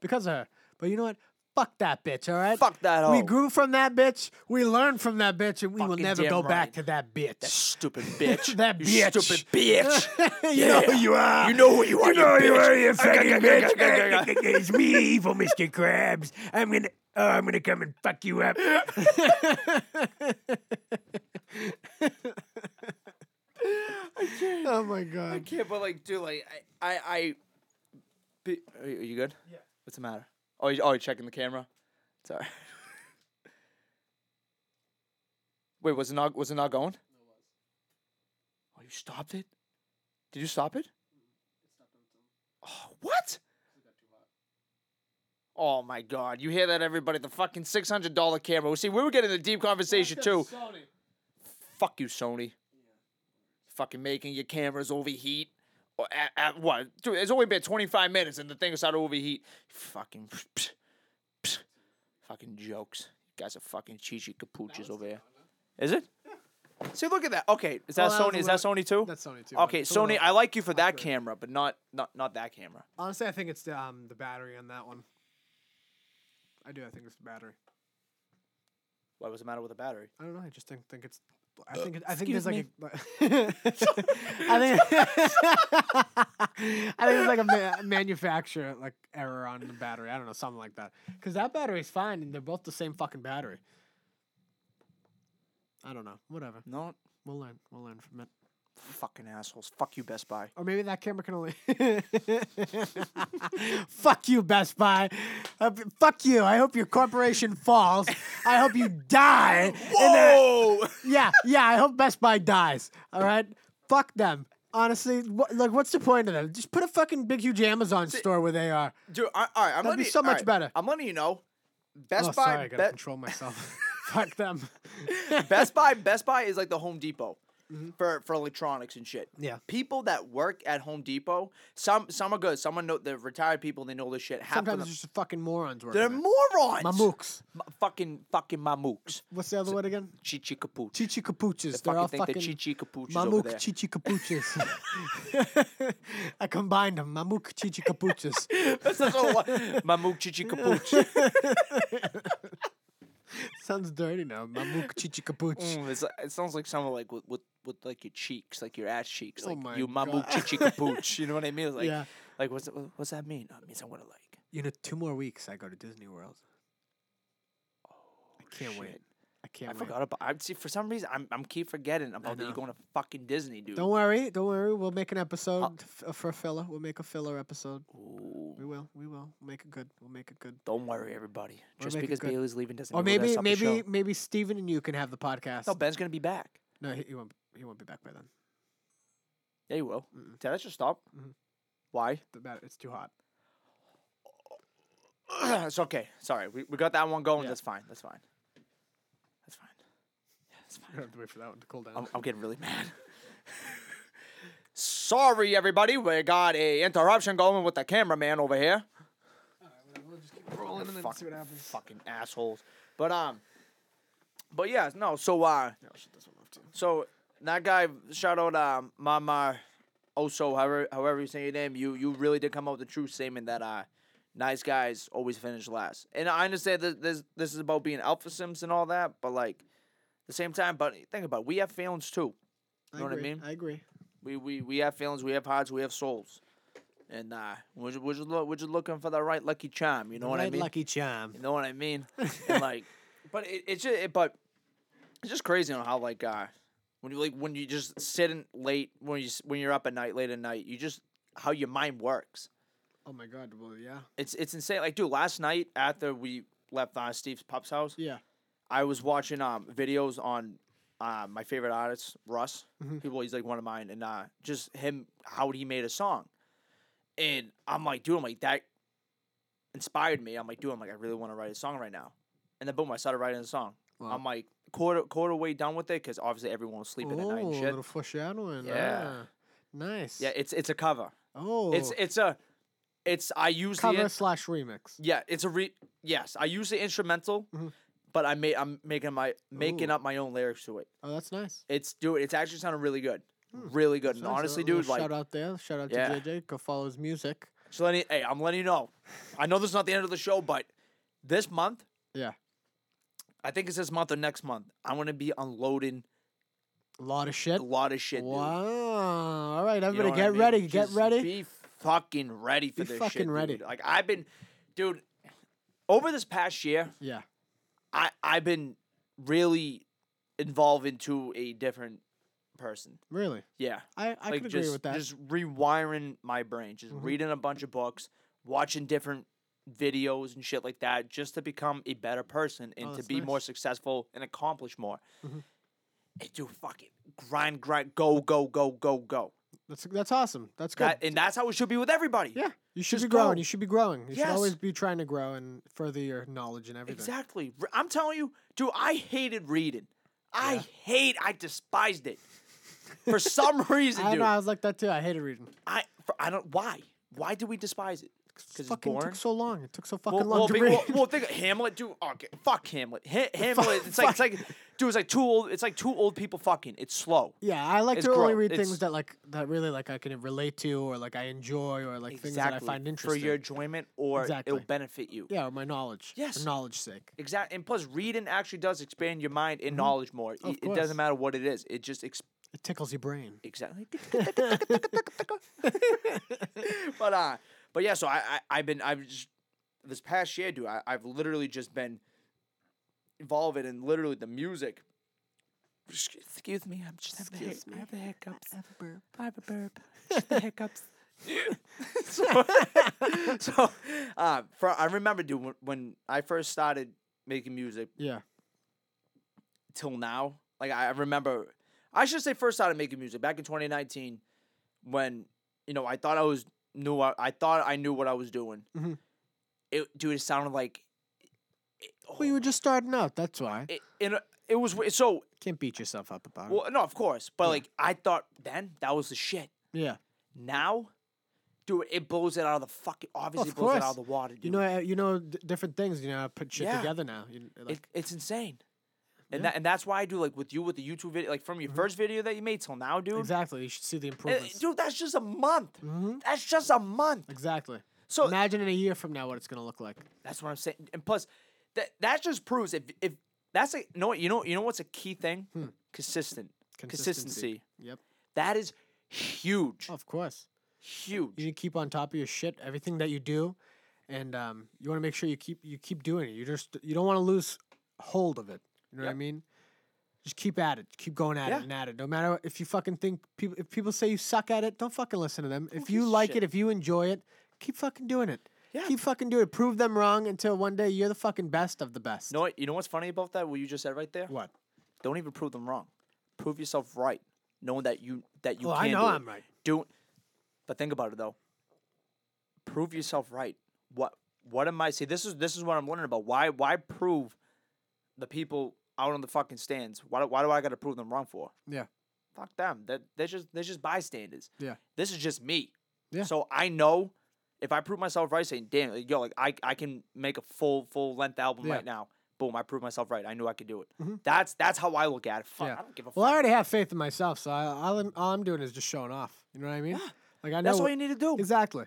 Speaker 3: because of her. But you know what? Fuck that bitch. All right.
Speaker 2: Fuck that
Speaker 3: We
Speaker 2: hoe.
Speaker 3: grew from that bitch. We learned from that bitch, and we will
Speaker 2: Fucking
Speaker 3: never
Speaker 2: damn
Speaker 3: go
Speaker 2: right.
Speaker 3: back to that bitch.
Speaker 2: That stupid bitch.
Speaker 3: That
Speaker 2: you
Speaker 3: bitch.
Speaker 2: Stupid bitch.
Speaker 3: you know who you are.
Speaker 2: You know who you are. You
Speaker 4: Oh, you
Speaker 2: bitch.
Speaker 4: are you fucking bitch! it's me, evil Mr. Krabs. I'm gonna, oh, I'm gonna come and fuck you up.
Speaker 3: Oh my god.
Speaker 2: I can't, but like, dude, like, I, I, I be, are, you, are you good? Yeah. What's the matter? Oh, you, oh, you checking the camera? Sorry. Wait, was it not? Was it not going? Oh, you stopped it? Did you stop it? Oh, what? Oh my God! You hear that, everybody? The fucking six hundred dollar camera. Well, See, we were getting a deep conversation too. Fuck you, Sony fucking making your cameras overheat. Or at, at what? Dude, it's only been 25 minutes and the thing started to overheat. Fucking, fucking jokes. You guys are fucking chichi capuchas over here. Is it? See, look at that. Okay, is that
Speaker 3: Well, that was
Speaker 2: Sony?
Speaker 3: a
Speaker 2: Is that
Speaker 3: little-
Speaker 2: Sony too?
Speaker 3: That's Sony too, but
Speaker 2: Okay,
Speaker 3: it's a little
Speaker 2: Sony. I like you for that camera, but not not not that camera.
Speaker 3: Honestly, I think it's the um the battery on that one. I do. I think it's the battery.
Speaker 2: What was the matter with the battery?
Speaker 3: I don't know. I just think think it's. I think it, I think
Speaker 2: excuse
Speaker 3: there's like. A, I think. I think it's like a ma- manufacturer like error on the battery. I don't know something like that. Because that battery's fine, and they're both the same fucking battery. I don't know. Whatever.
Speaker 2: No,
Speaker 3: We'll learn. We'll learn from it.
Speaker 2: fucking assholes. Fuck you, Best Buy.
Speaker 3: Or maybe that camera can only. fuck you, Best Buy. Uh, fuck you. I hope your corporation falls. I hope you die.
Speaker 2: Whoa!
Speaker 3: Yeah, yeah. I hope Best Buy dies. All right. Fuck them. Honestly, wh- like, what's the point of them? Just put a fucking big, huge Amazon store where they are.
Speaker 2: Dude, I, all right, I'm
Speaker 3: That'd
Speaker 2: letting
Speaker 3: be
Speaker 2: you-
Speaker 3: so
Speaker 2: all
Speaker 3: much
Speaker 2: right,
Speaker 3: better.
Speaker 2: I'm letting you know. Best
Speaker 3: oh,
Speaker 2: Buy.
Speaker 3: sorry. I gotta
Speaker 2: Be-
Speaker 3: control myself. fuck them.
Speaker 2: Best Buy, Best Buy is like the Home Depot
Speaker 3: Mm-hmm.
Speaker 2: for, for electronics and shit.
Speaker 3: Yeah.
Speaker 2: People that work at Home Depot, some some are good. Some are no, the retired people. They know this shit. Half
Speaker 3: Sometimes
Speaker 2: of
Speaker 3: it's
Speaker 2: them,
Speaker 3: just fucking morons working.
Speaker 2: they're
Speaker 3: there.
Speaker 2: morons.
Speaker 3: Mamooks.
Speaker 2: M- fucking fucking mamooks.
Speaker 3: What's the other word again?
Speaker 2: Chichi kapooch.
Speaker 3: Chichi capuches.
Speaker 2: fucking
Speaker 3: They're all
Speaker 2: think
Speaker 3: fucking.
Speaker 2: they're chichi kapooches over there.
Speaker 3: Mamook Chichi Capuches. I combined them. Mamook Chichi Capuches.
Speaker 2: That's the whole one. Mamook chichi kapooch.
Speaker 3: Sounds dirty now. Mamook Chichi Capuch.
Speaker 2: Mm, it's, it sounds like someone like with, with with like your cheeks, like your ass cheeks,
Speaker 3: Oh
Speaker 2: like
Speaker 3: my
Speaker 2: you mamook
Speaker 3: God.
Speaker 2: chichi kapooch. You know what I mean? Like,
Speaker 3: Yeah.
Speaker 2: like what's what's that mean? It means I want to like.
Speaker 3: You know, two more weeks I go to Disney World. I can't wait.
Speaker 2: Oh, shit.
Speaker 3: I can't
Speaker 2: I
Speaker 3: wait.
Speaker 2: forgot about. I see for some reason I'm I'm keep forgetting about that you're
Speaker 3: know.
Speaker 2: going to fucking Disney, dude.
Speaker 3: Don't worry. Don't worry. We'll make an episode f- uh, for a filler. We'll make a filler episode.
Speaker 2: Ooh,
Speaker 3: We will. We will. We'll make it good. We'll make it good.
Speaker 2: don't worry, everybody.
Speaker 3: We'll
Speaker 2: Just
Speaker 3: make it
Speaker 2: because
Speaker 3: good.
Speaker 2: Bailey's leaving doesn't
Speaker 3: Or
Speaker 2: mean we're gonna
Speaker 3: maybe,
Speaker 2: stop the
Speaker 3: maybe,
Speaker 2: show.
Speaker 3: maybe Steven and you can have the podcast.
Speaker 2: no. Ben's gonna be back.
Speaker 3: no he, he won't. He won't be back by then.
Speaker 2: Yeah, he will. Did I just stop?
Speaker 3: Mm-hmm.
Speaker 2: Why?
Speaker 3: The bat, it's too hot.
Speaker 2: it's okay. Sorry, we, we got that one going. That's fine. That's fine. That's fine. Yeah, that's
Speaker 3: I
Speaker 2: fine.
Speaker 3: have to wait for that one to cool down.
Speaker 2: I'm, I'm getting really mad. Sorry, everybody. We got a interruption going with the cameraman over here.
Speaker 3: rolling and then
Speaker 2: fuck-
Speaker 3: see what happens.
Speaker 2: Fucking assholes. But um, but yeah, no. So uh, so that guy shout out um Mama Oso, however however you say your name, you you really did come up with the true statement that uh, nice guys always finish last. And I understand that this this is about being alpha sims and all that, but like at the same time, but think about it, we have feelings too. You know what I
Speaker 3: agree,
Speaker 2: mean?
Speaker 3: I agree.
Speaker 2: We we we have feelings, we have hearts, we have souls. And uh, we're just, we're just, loo- we're just looking for the right lucky chime. You know what I
Speaker 3: Right
Speaker 2: mean?
Speaker 3: Lucky charm.
Speaker 2: You know what I mean? and like, but it, it's just, it, but it's just crazy on how like uh when you like when you just sit in late when you s- when you're up at night late at night you just how your mind works.
Speaker 3: Oh my god. Well, yeah.
Speaker 2: It's it's insane. Like dude, last night after we left uh, Steve's pup's house,
Speaker 3: Yeah.
Speaker 2: I was watching um videos on uh, my favorite artist Russ.
Speaker 3: Mm-hmm.
Speaker 2: People, he's like one of mine, and uh, just him how he made a song, and I'm like, dude, I'm like that inspired me. I'm like, dude, I'm like I really want to write a song right now, and then boom, I started writing a song. I'm like quarter quarter way done with it because obviously everyone was sleeping at night
Speaker 3: Oh,
Speaker 2: and
Speaker 3: a
Speaker 2: shit.
Speaker 3: little foreshadowing.
Speaker 2: Yeah.
Speaker 3: ah. nice.
Speaker 2: Yeah, it's it's a cover.
Speaker 3: Oh.
Speaker 2: It's it's a It's I use the
Speaker 3: cover
Speaker 2: in-
Speaker 3: slash remix.
Speaker 2: yeah. It's a re. Yes, I use the instrumental,
Speaker 3: Mm-hmm.
Speaker 2: but I made I'm making my making up my own lyrics to it.
Speaker 3: Oh, that's nice.
Speaker 2: It's dude. It's actually sounding really good, really good. And
Speaker 3: Hmm. Nice, a
Speaker 2: honestly,
Speaker 3: little
Speaker 2: dude, like
Speaker 3: shout out there, shout out
Speaker 2: Yeah.
Speaker 3: to JJ. Go follow his music.
Speaker 2: So letting, hey, I'm letting you know. I know this is not the end of the show, but this month,
Speaker 3: Yeah,
Speaker 2: I think it's this month or next month, I'm gonna be unloading
Speaker 3: a lot of shit.
Speaker 2: a lot of shit. dude.
Speaker 3: Wow. All right,
Speaker 2: You know
Speaker 3: everybody,
Speaker 2: what I
Speaker 3: get
Speaker 2: mean?
Speaker 3: ready. Get
Speaker 2: Just
Speaker 3: ready.
Speaker 2: Be fucking ready for
Speaker 3: Be
Speaker 2: this shit.
Speaker 3: fucking ready.
Speaker 2: dude. Like I've been, dude. Over this past year,
Speaker 3: yeah.
Speaker 2: I I've been really involved into a different person.
Speaker 3: Really.
Speaker 2: Yeah,
Speaker 3: I, I
Speaker 2: like
Speaker 3: could
Speaker 2: just
Speaker 3: agree with that. Mm-hmm.
Speaker 2: just rewiring my brain, just reading a bunch of books, watching different videos and shit like that, just to become a better person and to
Speaker 3: Oh, that's
Speaker 2: be
Speaker 3: Mm-hmm.
Speaker 2: more successful and accomplish more. And dude, fuck it, grind, grind, go, go, go, go, go.
Speaker 3: that's that's awesome. That's good.
Speaker 2: That, and that's how it should be with everybody.
Speaker 3: yeah. You should
Speaker 2: just
Speaker 3: be growing.
Speaker 2: go.
Speaker 3: You should be growing. You should always
Speaker 2: Yes.
Speaker 3: be trying to grow and further your knowledge and everything.
Speaker 2: Exactly. R- I'm telling you, dude, I hated reading. I hate, I despised it. For some reason,
Speaker 3: I
Speaker 2: dude.
Speaker 3: know. I was like that too. I hated reading.
Speaker 2: I, for, I don't, why? Why do we despise it? Because it's
Speaker 3: fucking
Speaker 2: boring.
Speaker 3: took so long. It took so fucking
Speaker 2: Well,
Speaker 3: long
Speaker 2: well,
Speaker 3: to
Speaker 2: big-
Speaker 3: read.
Speaker 2: well, well, think of Hamlet, dude. Oh, Okay, fuck Hamlet. Ha- Hamlet. It's like it's like, dude. It's like two old. It's like two old people fucking. It's slow.
Speaker 3: yeah, I like
Speaker 2: it's
Speaker 3: to only
Speaker 2: grow-
Speaker 3: read
Speaker 2: it's-
Speaker 3: things that like that really like I can relate to or like I enjoy or like things that I find interesting.
Speaker 2: for your enjoyment, or
Speaker 3: Exactly.
Speaker 2: it'll benefit you.
Speaker 3: yeah, or my knowledge.
Speaker 2: Yes.
Speaker 3: For knowledge's sake.
Speaker 2: Exactly. And plus, reading actually does expand your mind and knowledge more. It- it
Speaker 3: Mm-hmm. course.
Speaker 2: doesn't matter what it is. It just ex-
Speaker 3: It tickles your brain.
Speaker 2: exactly. but uh, but yeah. So I, I I've been I've just this past year, dude. I, I've literally just been involved in literally the music. Excuse me, I'm just having a hic- I have the hiccups.
Speaker 8: Have a burp.
Speaker 2: I have a burp. Just the hiccups. so, so uh, for, I remember, dude, when, when I first started making music
Speaker 3: Yeah.
Speaker 2: till now, like I I remember, I should say first started making music back in 2019 when you know I thought I was knew I, I thought I knew what I was doing.
Speaker 3: Mhm.
Speaker 2: It dude, it sounded like. It, oh,
Speaker 3: Well, you were just starting out. That's why.
Speaker 2: it, and, uh, it was w- so
Speaker 3: Can't beat yourself up about it.
Speaker 2: well no of course but like I thought then that was the shit
Speaker 3: yeah.
Speaker 2: now, dude, it blows it out of the fucking. Obviously,
Speaker 3: of
Speaker 2: blows it out of
Speaker 3: course.
Speaker 2: the water, dude.
Speaker 3: You know, uh, you know d- different things. You know, how to put shit
Speaker 2: Yeah.
Speaker 3: together now. You, like,
Speaker 2: it, it's insane, and that and that's why I do like with you with the YouTube video, like from
Speaker 3: Mm-hmm.
Speaker 2: your first video that you made till now, dude.
Speaker 3: exactly. You should see the
Speaker 2: Uh,
Speaker 3: improvements.
Speaker 2: dude, that's just a month. That's just a month.
Speaker 3: exactly.
Speaker 2: So-
Speaker 3: imagine in a year from now what it's gonna look like.
Speaker 2: That's what I'm saying. And plus, that that just proves if if that's a no, you know, you know what's a key thing? Consistent Hmm. consistency.
Speaker 3: Yep.
Speaker 2: That is huge,
Speaker 3: Of course.
Speaker 2: huge.
Speaker 3: You need to keep on top of your shit. Everything that you do, and um, you want to make sure you keep you keep doing it. You just you don't want to lose hold of it. You know what I
Speaker 2: Yep.
Speaker 3: mean? Just keep at it. Keep going at
Speaker 2: Yeah.
Speaker 3: it and at it. No matter if you fucking think people if people say you suck at it, don't fucking listen to them. If you
Speaker 2: gives a
Speaker 3: like
Speaker 2: shit?
Speaker 3: it, if you enjoy it, keep fucking doing it.
Speaker 2: Yeah.
Speaker 3: Keep fucking doing it. Prove them wrong until one day you're the fucking best of the best.
Speaker 2: You know what? You know what's funny about that? What you just said right there.
Speaker 3: What?
Speaker 2: Don't even prove them wrong. Prove yourself right, knowing that you that you
Speaker 3: Well,
Speaker 2: can.
Speaker 3: I know
Speaker 2: do it.
Speaker 3: I'm right.
Speaker 2: Do, but think about it though. Prove yourself right. What what am I? See, this is this is what I'm learning about. Why why prove the people out on the fucking stands? Why do- why do I got to prove them wrong for?
Speaker 3: Yeah.
Speaker 2: Fuck them. That they're just they're just bystanders.
Speaker 3: Yeah.
Speaker 2: This is just me.
Speaker 3: Yeah.
Speaker 2: So I know if I prove myself right, saying, "Damn, like, yo, like I I can make a full full length album
Speaker 3: Yeah. Mm-hmm.
Speaker 2: right now." Boom! I proved myself right. I knew I could do it. That's that's how I look at it. Fuck,
Speaker 3: Yeah.
Speaker 2: I don't give a
Speaker 3: Well, I
Speaker 2: fuck.
Speaker 3: already have faith in myself, so I, all, I'm, all I'm doing is just showing off. You know what I mean? Like I know
Speaker 2: That's all
Speaker 3: what-
Speaker 2: you need to do.
Speaker 3: Exactly. You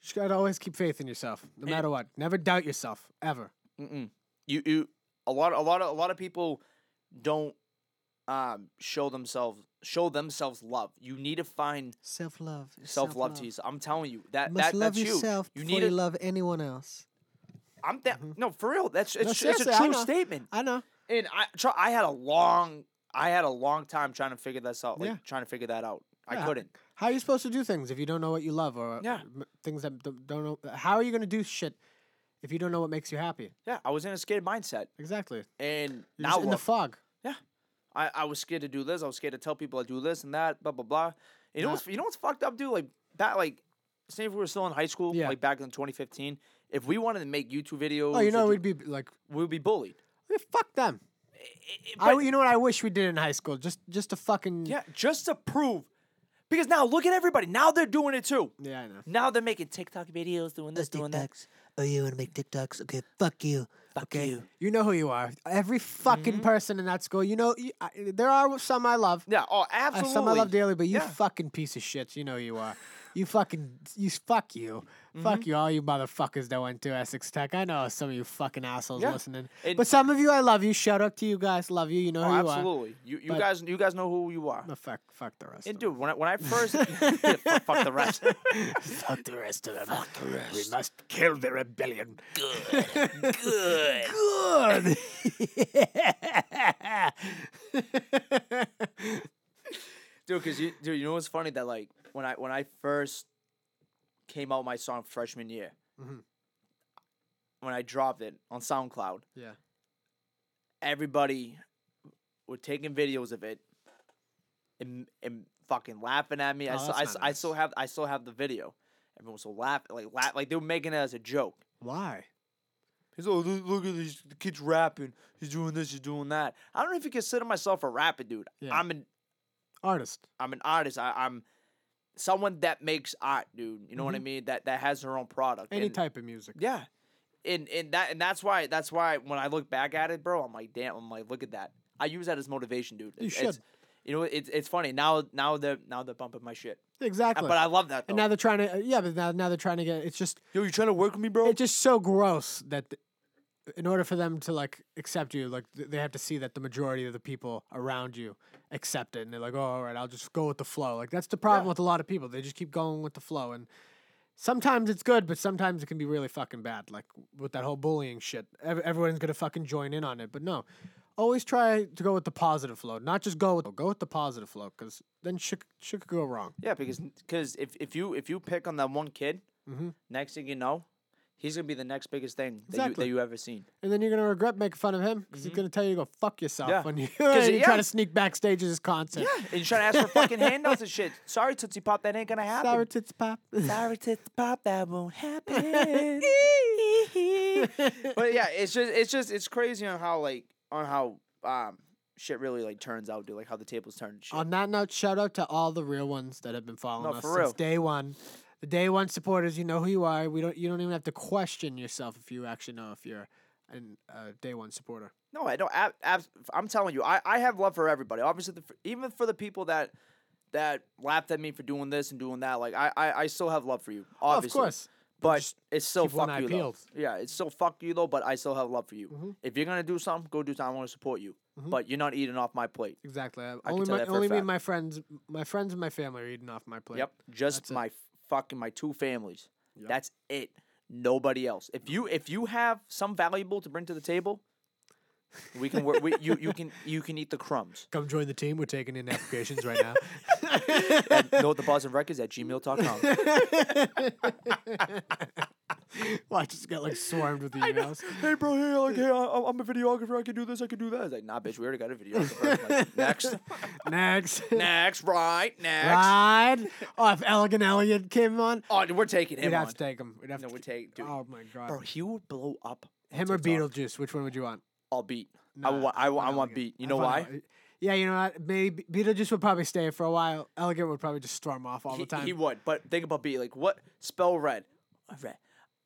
Speaker 3: just gotta always keep faith in yourself, no matter what. Never doubt yourself ever.
Speaker 2: Mm-mm. You you a lot a lot of a lot of people don't um show themselves show themselves love. You need to find
Speaker 8: Self love.
Speaker 2: self love to yourself. I'm telling you that
Speaker 8: Must
Speaker 2: that
Speaker 8: love
Speaker 2: that's
Speaker 8: yourself
Speaker 2: huge. You
Speaker 8: before
Speaker 2: need
Speaker 8: you
Speaker 2: to.
Speaker 8: love anyone else.
Speaker 2: I'm th- no for real. That's
Speaker 3: No,
Speaker 2: it's, it's a
Speaker 3: seriously, I
Speaker 2: true
Speaker 3: know.
Speaker 2: statement.
Speaker 3: I know.
Speaker 2: And I try, I had a long I had a long time trying to figure this out. Like
Speaker 3: Yeah.
Speaker 2: trying to figure that out. I
Speaker 3: Yeah.
Speaker 2: couldn't.
Speaker 3: How are you supposed to do things if you don't know what you love or uh,
Speaker 2: Yeah.
Speaker 3: m- things that d- don't know? How are you gonna do shit if you don't know what makes you happy?
Speaker 2: Yeah, I was in a scared mindset,
Speaker 3: Exactly. You're
Speaker 2: and now
Speaker 3: just in the
Speaker 2: what?
Speaker 3: fog.
Speaker 2: I, I was scared to do this. I was scared to tell people I do this and that, blah blah blah. You know what's you know what's fucked up, dude? Like that, like say if we were still in high school,
Speaker 3: Yeah.
Speaker 2: like back in 2015, if we wanted to make YouTube videos,
Speaker 3: Oh, you know
Speaker 2: or
Speaker 3: we'd
Speaker 2: do-
Speaker 3: be b- like,
Speaker 2: we would be bullied.
Speaker 3: "Eh, fuck them.
Speaker 2: I- I-
Speaker 3: I,
Speaker 2: eh, but-
Speaker 3: you know what I wish we did in high school? Just just to fucking
Speaker 2: yeah, just to prove. Because now look at everybody. Now they're doing it too.
Speaker 3: Yeah, I know.
Speaker 2: Now they're making TikTok videos, doing this,
Speaker 8: Those
Speaker 2: doing that.
Speaker 8: TikToks. Oh, you want to make TikToks? Okay, fuck you.
Speaker 2: Fuck
Speaker 8: okay.
Speaker 2: you.
Speaker 3: You know who you are. Every fucking
Speaker 2: Mm-hmm.
Speaker 3: person in that school. You know, you, I, there are some I love.
Speaker 2: Yeah. Oh,
Speaker 3: Uh,
Speaker 2: absolutely.
Speaker 3: some I love dearly, but you
Speaker 2: Yeah.
Speaker 3: fucking piece of shit. You know you are. You fucking you fuck you.
Speaker 2: Mm-hmm.
Speaker 3: Fuck you, all you motherfuckers that went to Essex Tech. I know some of you fucking assholes
Speaker 2: Yeah.
Speaker 3: listening.
Speaker 2: And-
Speaker 3: but some of you I love you. Shout out to you guys. Love you. You know
Speaker 2: Oh,
Speaker 3: who you are.
Speaker 2: absolutely. You, you
Speaker 3: But-
Speaker 2: guys, you guys know who you are.
Speaker 3: No, fuck, fuck the rest.
Speaker 2: And
Speaker 3: of 'em.
Speaker 2: dude, when I, when I first fuck, fuck the rest.
Speaker 4: Fuck the rest of them. Fuck the rest. We must kill the rebellion. Good. Good.
Speaker 2: dude because you dude you know what's funny that like when i when i first came out my song freshman year
Speaker 3: Mhm.
Speaker 2: when i dropped it on soundcloud
Speaker 3: Yeah.
Speaker 2: everybody were taking videos of it and, and fucking laughing at me I,
Speaker 3: Oh,
Speaker 2: still,
Speaker 3: that's
Speaker 2: I,
Speaker 3: not
Speaker 2: s- I still
Speaker 3: nice.
Speaker 2: have i still have the video everyone was so laughing like laugh, like they were making it as a joke
Speaker 3: Why?
Speaker 2: He's oh look, look at these the kid's rapping. He's doing this. He's doing that. I don't even consider myself a rapper, dude.
Speaker 3: Yeah.
Speaker 2: I'm an
Speaker 3: Artist.
Speaker 2: I'm an artist. I, I'm someone that makes art, dude. You know what I mean? That that has their own product.
Speaker 3: Mm-hmm. Any
Speaker 2: and-
Speaker 3: type of music.
Speaker 2: Yeah. And and that and that's why that's why when I look back at it, bro, I'm like, damn. I'm like, look at that. I use that as motivation, dude.
Speaker 3: You
Speaker 2: It's- it's-
Speaker 3: should.
Speaker 2: You know, it's it's funny now. Now they're now they're bumping my shit,
Speaker 3: Exactly.
Speaker 2: but I love that. Though.
Speaker 3: and now they're trying to. Yeah, but now, now they're trying to get. It's just.
Speaker 2: Yo, you trying to work with me, bro?
Speaker 3: It's just so gross that. th- in order for them to like accept you, like th- they have to see that the majority of the people around you accept it, and they're like, "Oh, all right, I'll just go with the flow." Like that's the problem with a lot of people; they just keep going with the flow, and sometimes it's good, but sometimes it can be really fucking bad. Like with that whole bullying shit, ev- everyone's gonna fucking join in on it, but no, always try to go with the positive flow, not just go with go with the positive flow, because then shit shit could go wrong.
Speaker 2: Yeah, because because if, if you if you pick on that one kid,
Speaker 3: Mhm.
Speaker 2: next thing you know, he's gonna be the next biggest thing that
Speaker 3: Exactly.
Speaker 2: you that you ever seen.
Speaker 3: And then you're gonna regret making fun of him because he's gonna tell you to go fuck yourself
Speaker 2: Mm-hmm. Yeah.
Speaker 3: when you,
Speaker 2: 'Cause,
Speaker 3: you
Speaker 2: yeah.
Speaker 3: try to sneak backstage at his concert.
Speaker 2: And you're trying to ask for fucking handouts and shit. Sorry, Tootsie Pop, that ain't gonna happen.
Speaker 3: Sour tits pop.
Speaker 2: Sorry, Tootsie Pop, that won't happen. but yeah, it's just it's just it's crazy on how like on how um shit really like turns out, dude. Like how the tables turn. And shit.
Speaker 3: On that note, shout out to all the real ones that have been following
Speaker 2: No,
Speaker 3: us
Speaker 2: for real.
Speaker 3: since day one. The day one supporters, you know who you are. We don't. You don't even have to question yourself if you actually know if you're an uh, day one supporter.
Speaker 2: No, I don't. Ab- abs- I'm telling you, I, I have love for everybody. Obviously, the, even for the people that that laughed at me for doing this and doing that, like I I, I still have love for you. Obviously,
Speaker 3: Oh, Of course.
Speaker 2: But it's still
Speaker 3: keep one
Speaker 2: fuck
Speaker 3: eye
Speaker 2: you though.
Speaker 3: peeled.
Speaker 2: Yeah, it's still fuck you though. But I still have love for you.
Speaker 3: Mm-hmm.
Speaker 2: If you're gonna do something, go do something. I want to support you. But you're not eating off my plate.
Speaker 3: Exactly. I-
Speaker 2: can
Speaker 3: only
Speaker 2: tell
Speaker 3: my,
Speaker 2: that for a
Speaker 3: only me
Speaker 2: fact.
Speaker 3: and my friends, my friends and my family are eating off my plate.
Speaker 2: Yep, just my fucking my two families. That's it. Nobody else. If you if you have some valuable to bring to the table, we can work. we, you you can you can eat the crumbs.
Speaker 3: Come join the team. We're taking in applications right now.
Speaker 2: at notethebuzzandrecords at gmail.com.
Speaker 3: Well, I just got like swarmed with emails.
Speaker 2: hey, bro, hey, like, hey, I- I'm a videographer. I can do this. I can do that. It's like, nah, bitch, we already got a videographer. I'm like, next,
Speaker 3: Next.
Speaker 2: next, right, next.
Speaker 3: Ride. Oh, if Elegant Elliot came on,
Speaker 2: Oh, dude, we're taking him
Speaker 3: we'd
Speaker 2: on.
Speaker 3: have to take him. We'd have
Speaker 2: No,
Speaker 3: to
Speaker 2: we take, dude.
Speaker 3: Oh my god.
Speaker 2: bro, he would blow up. on
Speaker 3: Him or
Speaker 2: TikTok.
Speaker 3: Beetlejuice? Which one would you want?
Speaker 2: I'll beat. I, wa- I, wa- I want beat. You know
Speaker 3: uh,
Speaker 2: why?
Speaker 3: Yeah, you know what? Maybe Beetlejuice would probably stay for a while. Elegant would probably just storm off all
Speaker 2: He,
Speaker 3: the time.
Speaker 2: he would. But think about beat. Like, what? Spell red. Red.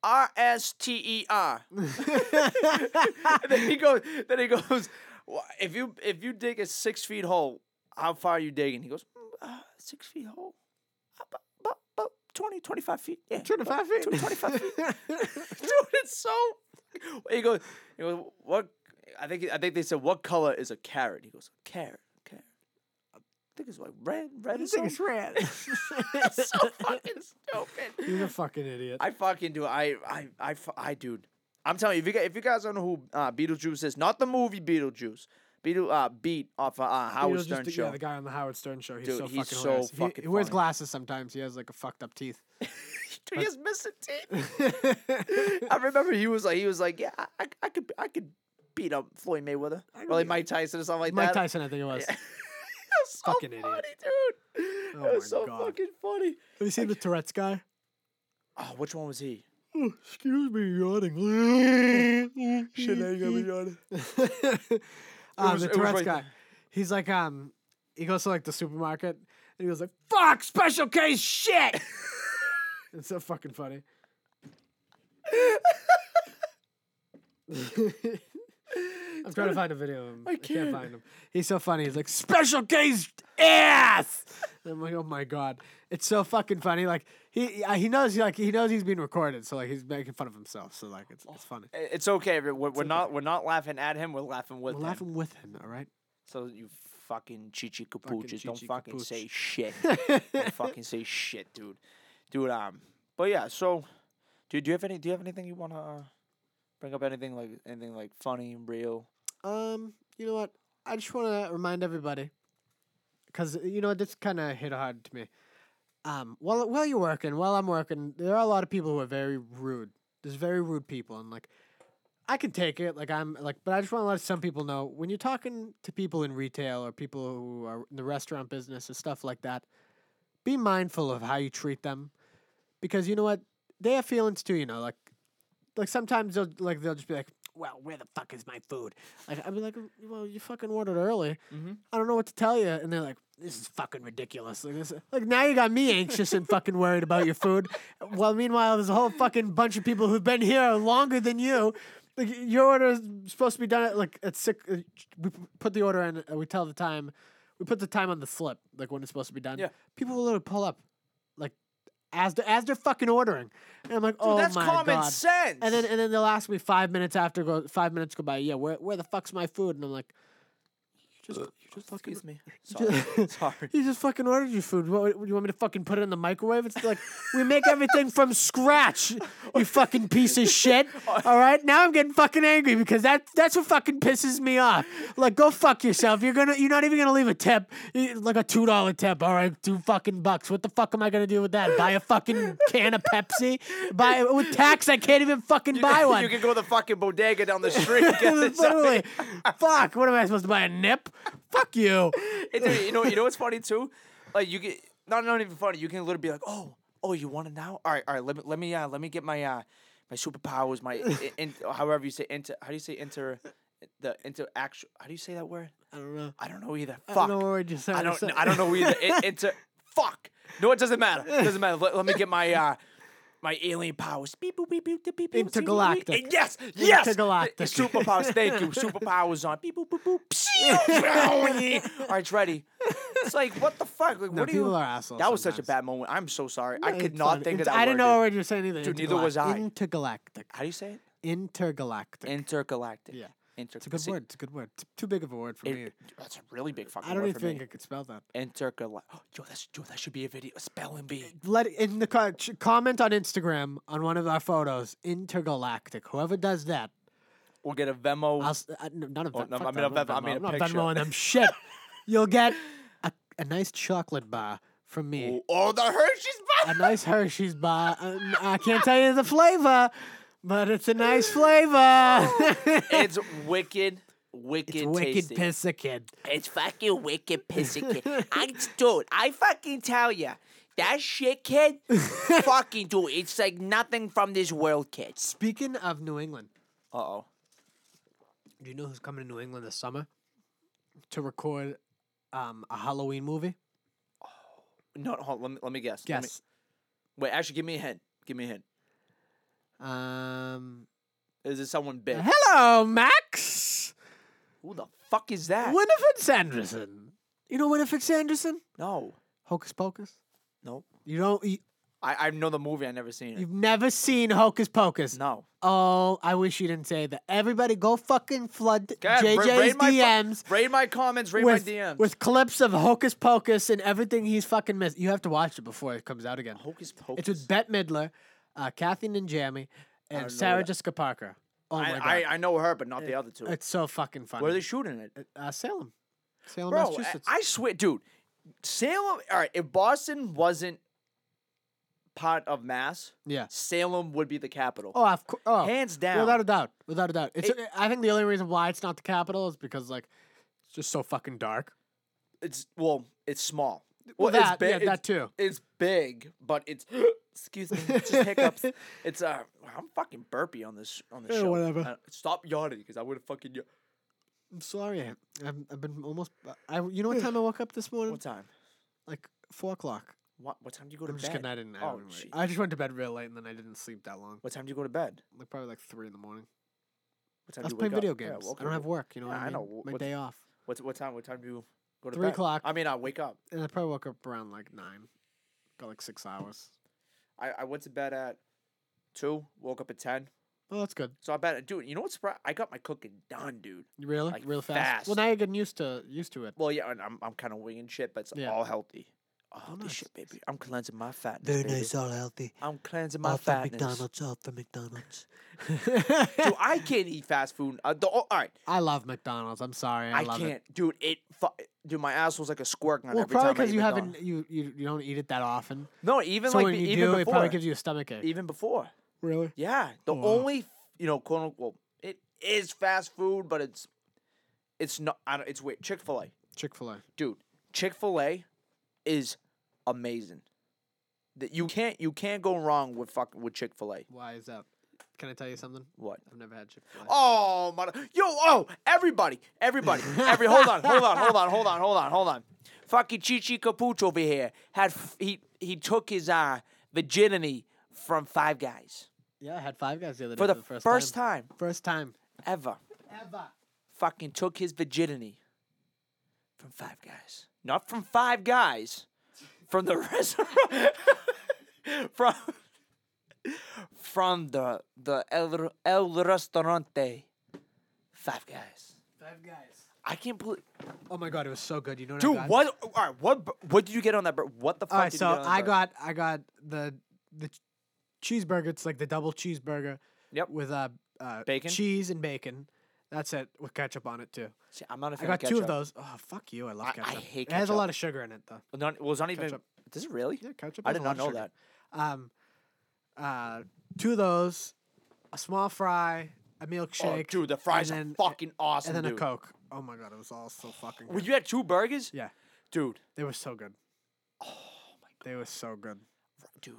Speaker 2: R S T E R. Then he goes. Then he goes. "Wha- If you if you dig a six feet hole, how far are you digging? He goes, "Mm, uh, six feet hole, about, about, about 20, 25 feet. Yeah, 25 feet. 25 feet. Dude, it's so. He goes. He goes. What? I think I think they said what color is a carrot? He goes carrot. Carrot. I think it's like red. Red. I think it's red. it's so fucking stupid.
Speaker 3: He's a fucking idiot.
Speaker 2: I fucking do. I, I, I, fu- I, dude. I'm telling you, if you guys, if you guys don't know who uh, Beetlejuice is, not the movie Beetlejuice, Beetle, uh, Beat off uh, uh, Howard
Speaker 3: Beetlejuice,
Speaker 2: Stern
Speaker 3: the,
Speaker 2: show.
Speaker 3: Yeah, the guy on the Howard Stern show. He's
Speaker 2: Dude,
Speaker 3: so
Speaker 2: he's
Speaker 3: fucking
Speaker 2: so
Speaker 3: hilarious. He-
Speaker 2: fucking
Speaker 3: he, wears
Speaker 2: funny.
Speaker 3: glasses sometimes. He has like a fucked up teeth.
Speaker 2: Dude, he has missing teeth. I remember he was like, he was like, yeah, I, I- I could, I could beat up Floyd Mayweather, or like Mike Tyson or something like
Speaker 3: Mike
Speaker 2: that.
Speaker 3: Tyson, I think it was.
Speaker 2: That's so
Speaker 3: fucking idiot.
Speaker 2: funny, dude.
Speaker 3: Oh
Speaker 2: That
Speaker 3: my
Speaker 2: was so
Speaker 3: God.
Speaker 2: fucking funny.
Speaker 3: Have you seen the Tourette's guy?
Speaker 2: Oh, which one was he?
Speaker 3: Excuse me, yawning.
Speaker 2: Shit, I ain't gonna be yawning.
Speaker 3: um,
Speaker 2: was-
Speaker 3: the
Speaker 2: it was
Speaker 3: Tourette's
Speaker 2: right
Speaker 3: guy.
Speaker 2: there.
Speaker 3: He's like, um, he goes to like the supermarket And he was like, fuck, special case shit. it's so fucking funny. I'm trying to find a video of him. I can't, find him. He's so funny. He's like, special case ass. And I'm like, oh my god, it's so fucking funny. Like he uh, he knows he like he knows he's being recorded, so like he's making fun of himself. So like it's it's funny.
Speaker 2: I- It's okay. We're, we're not we're not laughing at him. We're laughing with
Speaker 3: We're
Speaker 2: him.
Speaker 3: laughing with him, all right?
Speaker 2: So you fucking chichi capooches, don't
Speaker 3: chichi
Speaker 2: fucking
Speaker 3: capooch.
Speaker 2: say shit. don't fucking say shit, dude. Dude, um, but yeah. So, dude, do you have any? Do you have anything you wanna uh, bring up? Anything like anything like funny, real?
Speaker 3: Um, you know what? I just want to remind everybody, because you know this kind of hit hard to me. Um, while while you're working, while I'm working, there are a lot of people who are very rude. There's very rude people, and like, I can take it. Like I'm like, but I just want to let some people know when you're talking to people in retail or people who are in the restaurant business or stuff like that, be mindful of how you treat them, because you know what? They have feelings too. You know, like like sometimes they'll like they'll just be like, "Well, where the fuck is my food?" Like I'll be like, "Well, you fucking ordered early.
Speaker 2: Mm-hmm.
Speaker 3: I don't know what to tell you." And they're like, "This is fucking ridiculous." Like this, like now you got me anxious and fucking worried about your food. Well, meanwhile, there's a whole fucking bunch of people who've been here longer than you. Like y- your order is supposed to be done at like at six. uh, We p- put the order in. uh, We tell the time. We put the time on the slip, like when it's supposed to be done.
Speaker 2: Yeah.
Speaker 3: People will literally pull up, like as they're, as they're fucking ordering, and I'm like, oh
Speaker 2: that's
Speaker 3: my
Speaker 2: common
Speaker 3: God.
Speaker 2: sense.
Speaker 3: And then and then they'll ask me five minutes after go five minutes go by. Yeah, where where the fuck's my food? And I'm like, you just you just fucking
Speaker 2: excuse me. Sorry. Sorry.
Speaker 3: you just fucking ordered your food. What, what, you want me to fucking put it in the microwave? It's like we make everything from scratch. You fucking piece of shit. All right, now I'm getting fucking angry because that that's what fucking pisses me off. Like, go fuck yourself. You're gonna you're not even gonna leave a tip, You- like a two dollar tip. All right, two fucking bucks. What the fuck am I gonna do with that? Buy a fucking can of Pepsi? Buy with tax? I can't even fucking buy one.
Speaker 2: you can go to the fucking bodega down the street. and get this-
Speaker 3: Literally, fuck. What am I supposed to buy a nip? Fuck you.
Speaker 2: Hey, dude, you know, you know what's funny too? Like you get not not even funny. You can literally be like, oh, oh, you want it now? All right, all right. Let me let me uh, let me get my uh, my superpowers. My in, in, however you say inter. How do you say inter? The inter actual. How do you say that word?
Speaker 3: I don't know.
Speaker 2: I don't know either.
Speaker 3: I
Speaker 2: Fuck.
Speaker 3: don't know what we're just
Speaker 2: I
Speaker 3: trying to
Speaker 2: don't.
Speaker 3: say.
Speaker 2: I don't know either. It, it's a fuck. No, it doesn't matter. It doesn't matter. Let, let me get my uh, my alien powers. Beep, boop, beep, beep, beep, beep, beep,
Speaker 3: Intergalactic.
Speaker 2: beep, beep. Yes, yes.
Speaker 3: Intergalactic.
Speaker 2: Superpowers. Thank you. Superpowers on. Beep, boop, boop, boop. Pshew. All right, it's ready. It's like what the fuck? Like, what do you?
Speaker 3: people are assholes
Speaker 2: That was such a
Speaker 3: sometimes.
Speaker 2: bad moment. I'm so sorry. I could
Speaker 3: It's
Speaker 2: not
Speaker 3: fine.
Speaker 2: think of
Speaker 3: It's-
Speaker 2: that.
Speaker 3: I didn't
Speaker 2: word,
Speaker 3: know
Speaker 2: dude.
Speaker 3: what you were saying either.
Speaker 2: Dude, neither was
Speaker 3: Intergalac-
Speaker 2: I.
Speaker 3: Intergalactic.
Speaker 2: How do you say it?
Speaker 3: Intergalactic.
Speaker 2: Intergalactic.
Speaker 3: Yeah. it's a
Speaker 2: Intergalactic.
Speaker 3: good word. It's a good word. It's too big of a word for me.
Speaker 2: that's a really big fucking
Speaker 3: I don't
Speaker 2: word
Speaker 3: even
Speaker 2: for me.
Speaker 3: think I could spell that.
Speaker 2: Intergalactic. Yo, that's yo, that should be a video. A spelling bee.
Speaker 3: Let in the co- ch- comment on Instagram on one of our photos. Intergalactic. Whoever does that,
Speaker 2: We'll get a Venmo.
Speaker 3: I'll s- I, no, none of
Speaker 2: Oh,
Speaker 3: that.
Speaker 2: no,
Speaker 3: fuck
Speaker 2: I mean,
Speaker 3: that,
Speaker 2: I've-
Speaker 3: not
Speaker 2: I mean, a
Speaker 3: Venmo. I'm not
Speaker 2: picture.
Speaker 3: Venmoing them shit. You'll get a, a nice chocolate bar from me.
Speaker 2: Oh, oh, the Hershey's bar.
Speaker 3: a nice Hershey's bar. Uh, n- I can't tell you the flavor, but it's a nice flavor.
Speaker 2: It's wicked, wicked,
Speaker 3: it's wicked
Speaker 2: tasty.
Speaker 3: piss a kid.
Speaker 2: It's fucking wicked, pissy kid. I dude, I fucking tell ya, that shit, kid. fucking dude, it's like nothing from this world, kids.
Speaker 3: Speaking of New England,
Speaker 2: Uh oh.
Speaker 3: do you know who's coming to New England this summer to record um, a Halloween movie?
Speaker 2: No, hold, let me let me guess. Let me-
Speaker 3: Guess.
Speaker 2: wait, actually, give me a hint. Give me a hint.
Speaker 3: Um,
Speaker 2: Is it someone big?
Speaker 3: hello, Max.
Speaker 2: Who the fuck is that?
Speaker 3: Winifred Sanderson. You know Winifred Sanderson?
Speaker 2: No,
Speaker 3: Hocus Pocus.
Speaker 2: no.
Speaker 3: You don't. You,
Speaker 2: I I know the movie. I never seen it.
Speaker 3: you've never seen Hocus Pocus.
Speaker 2: No.
Speaker 3: Oh, I wish you didn't say that. Everybody, go fucking flood
Speaker 2: God, ra-
Speaker 3: JJ's
Speaker 2: raid my fu-
Speaker 3: DMs
Speaker 2: raid my comments. Raid
Speaker 3: with,
Speaker 2: my DMs.
Speaker 3: with clips of Hocus Pocus and everything he's fucking missed. You have to watch it before it comes out again.
Speaker 2: Hocus Pocus.
Speaker 3: It's with Bette Midler, uh, Kathy Ninjami, and Sarah Jessica Parker. Oh my god,
Speaker 2: I, I I know her, but not the other two.
Speaker 3: it's so fucking funny.
Speaker 2: Where are they shooting it?
Speaker 3: uh, Salem, Salem,
Speaker 2: Bro, I,
Speaker 3: Massachusetts.
Speaker 2: I swear, dude, Salem. All right, if Boston wasn't part of Mass,
Speaker 3: yeah.
Speaker 2: Salem would be the capital.
Speaker 3: Oh, of course. Oh,
Speaker 2: Hands down.
Speaker 3: Without a doubt. Without a doubt. It's. I think the only reason why it's not the capital is because like, it's just so fucking dark.
Speaker 2: It's well, it's small.
Speaker 3: Well, that-
Speaker 2: it's big.
Speaker 3: yeah,
Speaker 2: it's,
Speaker 3: that too.
Speaker 2: It's big, but it's excuse me, just hiccups. It's uh, I'm fucking burpy on this on the
Speaker 3: Yeah,
Speaker 2: show.
Speaker 3: whatever.
Speaker 2: Uh, stop yawning because I would have fucking. Ya-
Speaker 3: I'm sorry. I'm, I've been almost. I. You know what time I woke up this morning?
Speaker 2: what time?
Speaker 3: Like four o'clock.
Speaker 2: What, what time do you go to
Speaker 3: I'm
Speaker 2: bed?
Speaker 3: just kidding. I didn't. I,
Speaker 2: Oh,
Speaker 3: haven't really-
Speaker 2: gee.
Speaker 3: I just went to bed real late and then I didn't sleep that long.
Speaker 2: What time do you go to bed?
Speaker 3: Like probably like three in the morning.
Speaker 2: What time
Speaker 3: I was
Speaker 2: do you
Speaker 3: playing
Speaker 2: wake
Speaker 3: video
Speaker 2: up? Yeah,
Speaker 3: games.
Speaker 2: well, okay,
Speaker 3: I don't have
Speaker 2: well,
Speaker 3: work. You know what
Speaker 2: yeah,
Speaker 3: I
Speaker 2: I
Speaker 3: mean?
Speaker 2: know, wh-
Speaker 3: My
Speaker 2: what's-
Speaker 3: day off.
Speaker 2: What, what time? What time do you go to
Speaker 3: Three
Speaker 2: bed?
Speaker 3: o'clock.
Speaker 2: I mean, I wake up.
Speaker 3: And I probably woke up around like nine. Got like six hours.
Speaker 2: I, I went to bed at two. Woke up at ten.
Speaker 3: Well, that's good.
Speaker 2: So I bet, dude. You know what's? surpri- I got my cooking done, dude.
Speaker 3: You Really,
Speaker 2: Like,
Speaker 3: real fast. Well,
Speaker 2: fast.
Speaker 3: now you're getting used to used to it.
Speaker 2: Well, yeah, and I'm I'm kind of winging shit, but it's
Speaker 3: Yeah.
Speaker 2: all healthy. Oh,
Speaker 3: nice.
Speaker 2: this shit, baby. I'm cleansing my fatness.
Speaker 8: Very
Speaker 2: baby.
Speaker 8: nice, all healthy.
Speaker 2: I'm cleansing my
Speaker 8: off
Speaker 2: fatness.
Speaker 8: the McDonald's, off the McDonald's.
Speaker 2: Dude, I can't eat fast food. Uh, the, all right,
Speaker 3: I love McDonald's. I'm sorry. I,
Speaker 2: I,
Speaker 3: love
Speaker 2: can't,
Speaker 3: it.
Speaker 2: dude. It, fu- dude, my asshole's like a squirt gun
Speaker 3: Well,
Speaker 2: every
Speaker 3: probably
Speaker 2: time I
Speaker 3: because
Speaker 2: eat
Speaker 3: you
Speaker 2: McDonald's.
Speaker 3: haven't you, you you don't eat it that often.
Speaker 2: No, even
Speaker 3: so
Speaker 2: like
Speaker 3: when
Speaker 2: be-
Speaker 3: you
Speaker 2: even
Speaker 3: do, it
Speaker 2: before,
Speaker 3: probably gives you a stomachache.
Speaker 2: even before.
Speaker 3: Really?
Speaker 2: Yeah, the
Speaker 3: wow.
Speaker 2: only you know, quote unquote, it is fast food, but it's it's not. I don't, it's weird. Chick fil A,
Speaker 3: Chick Fil A.
Speaker 2: dude. Chick fil A is amazing. That you can't you can't go wrong with fucking with Chick fil A.
Speaker 3: Why is that? Can I tell you something?
Speaker 2: What?
Speaker 3: I've never had Chick Fil A.
Speaker 2: Oh my! Yo, oh, everybody, everybody, every. hold on, hold on, hold on, hold on, hold on, hold on. Fucking Chichi Capuch over here had f- he he took his uh virginity from Five Guys
Speaker 3: Yeah, I had Five Guys the other day
Speaker 2: for the,
Speaker 3: first,
Speaker 2: first, time.
Speaker 3: First time.
Speaker 2: ever.
Speaker 3: Ever.
Speaker 2: Fucking took his virginity from Five Guys, not from Five Guys, from the restaurant, from from the the El El Restaurante, Five Guys.
Speaker 3: Five Guys.
Speaker 2: I can't believe,
Speaker 3: Oh my god, it was so good. You know what I
Speaker 2: dude.
Speaker 3: got?
Speaker 2: What? All right. What? bur- What did you get on that? bur- What the fuck?
Speaker 3: All right,
Speaker 2: did
Speaker 3: so
Speaker 2: you get on that
Speaker 3: I
Speaker 2: burger?
Speaker 3: got I got the the ch- cheeseburger. It's like the double cheeseburger.
Speaker 2: Yep.
Speaker 3: With uh, uh
Speaker 2: Bacon?
Speaker 3: cheese and bacon. That's it with ketchup on it too.
Speaker 2: See, I'm not a
Speaker 3: I
Speaker 2: fan
Speaker 3: got
Speaker 2: of
Speaker 3: two of
Speaker 2: ketchup.
Speaker 3: those. Oh fuck you! I love
Speaker 2: I- I
Speaker 3: ketchup.
Speaker 2: hate
Speaker 3: It has a
Speaker 2: ketchup.
Speaker 3: lot of sugar in it though.
Speaker 2: Well, Not, well, it's not even.
Speaker 3: Ketchup.
Speaker 2: Does it really?
Speaker 3: Yeah, ketchup.
Speaker 2: I
Speaker 3: has
Speaker 2: did
Speaker 3: a
Speaker 2: not
Speaker 3: lot
Speaker 2: know
Speaker 3: of sugar.
Speaker 2: that.
Speaker 3: Um, uh, two of those, a small fry, a milkshake.
Speaker 2: Oh, dude, the fries
Speaker 3: and then,
Speaker 2: are fucking awesome.
Speaker 3: And then
Speaker 2: dude.
Speaker 3: a coke. Oh my god, it was all so fucking.
Speaker 2: Well,
Speaker 3: Good.
Speaker 2: you had two burgers?
Speaker 3: Yeah,
Speaker 2: Dude.
Speaker 3: they were so good. Oh my god, they were so good.
Speaker 2: Dude.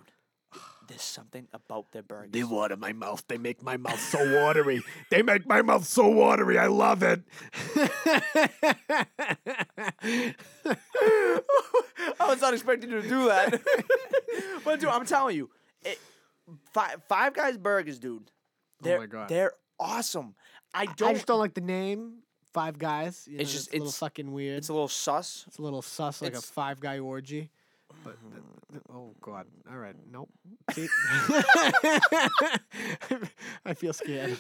Speaker 2: There's something about their burgers.
Speaker 4: They water my mouth. They make my mouth so watery. they make my mouth so watery. I love it.
Speaker 2: I was not expecting you to do that. but dude, I'm telling you, it, five, five Guys burgers, dude. They're,
Speaker 3: Oh my God.
Speaker 2: They're awesome. I don't.
Speaker 3: I just don't like the name Five Guys. You
Speaker 2: It's
Speaker 3: know,
Speaker 2: just-
Speaker 3: it's a little
Speaker 2: it's-
Speaker 3: fucking weird.
Speaker 2: It's a little sus.
Speaker 3: It's a little sus, like a
Speaker 2: It's-
Speaker 3: five guy orgy. But th- th- oh god! All right, nope. See? I feel scared.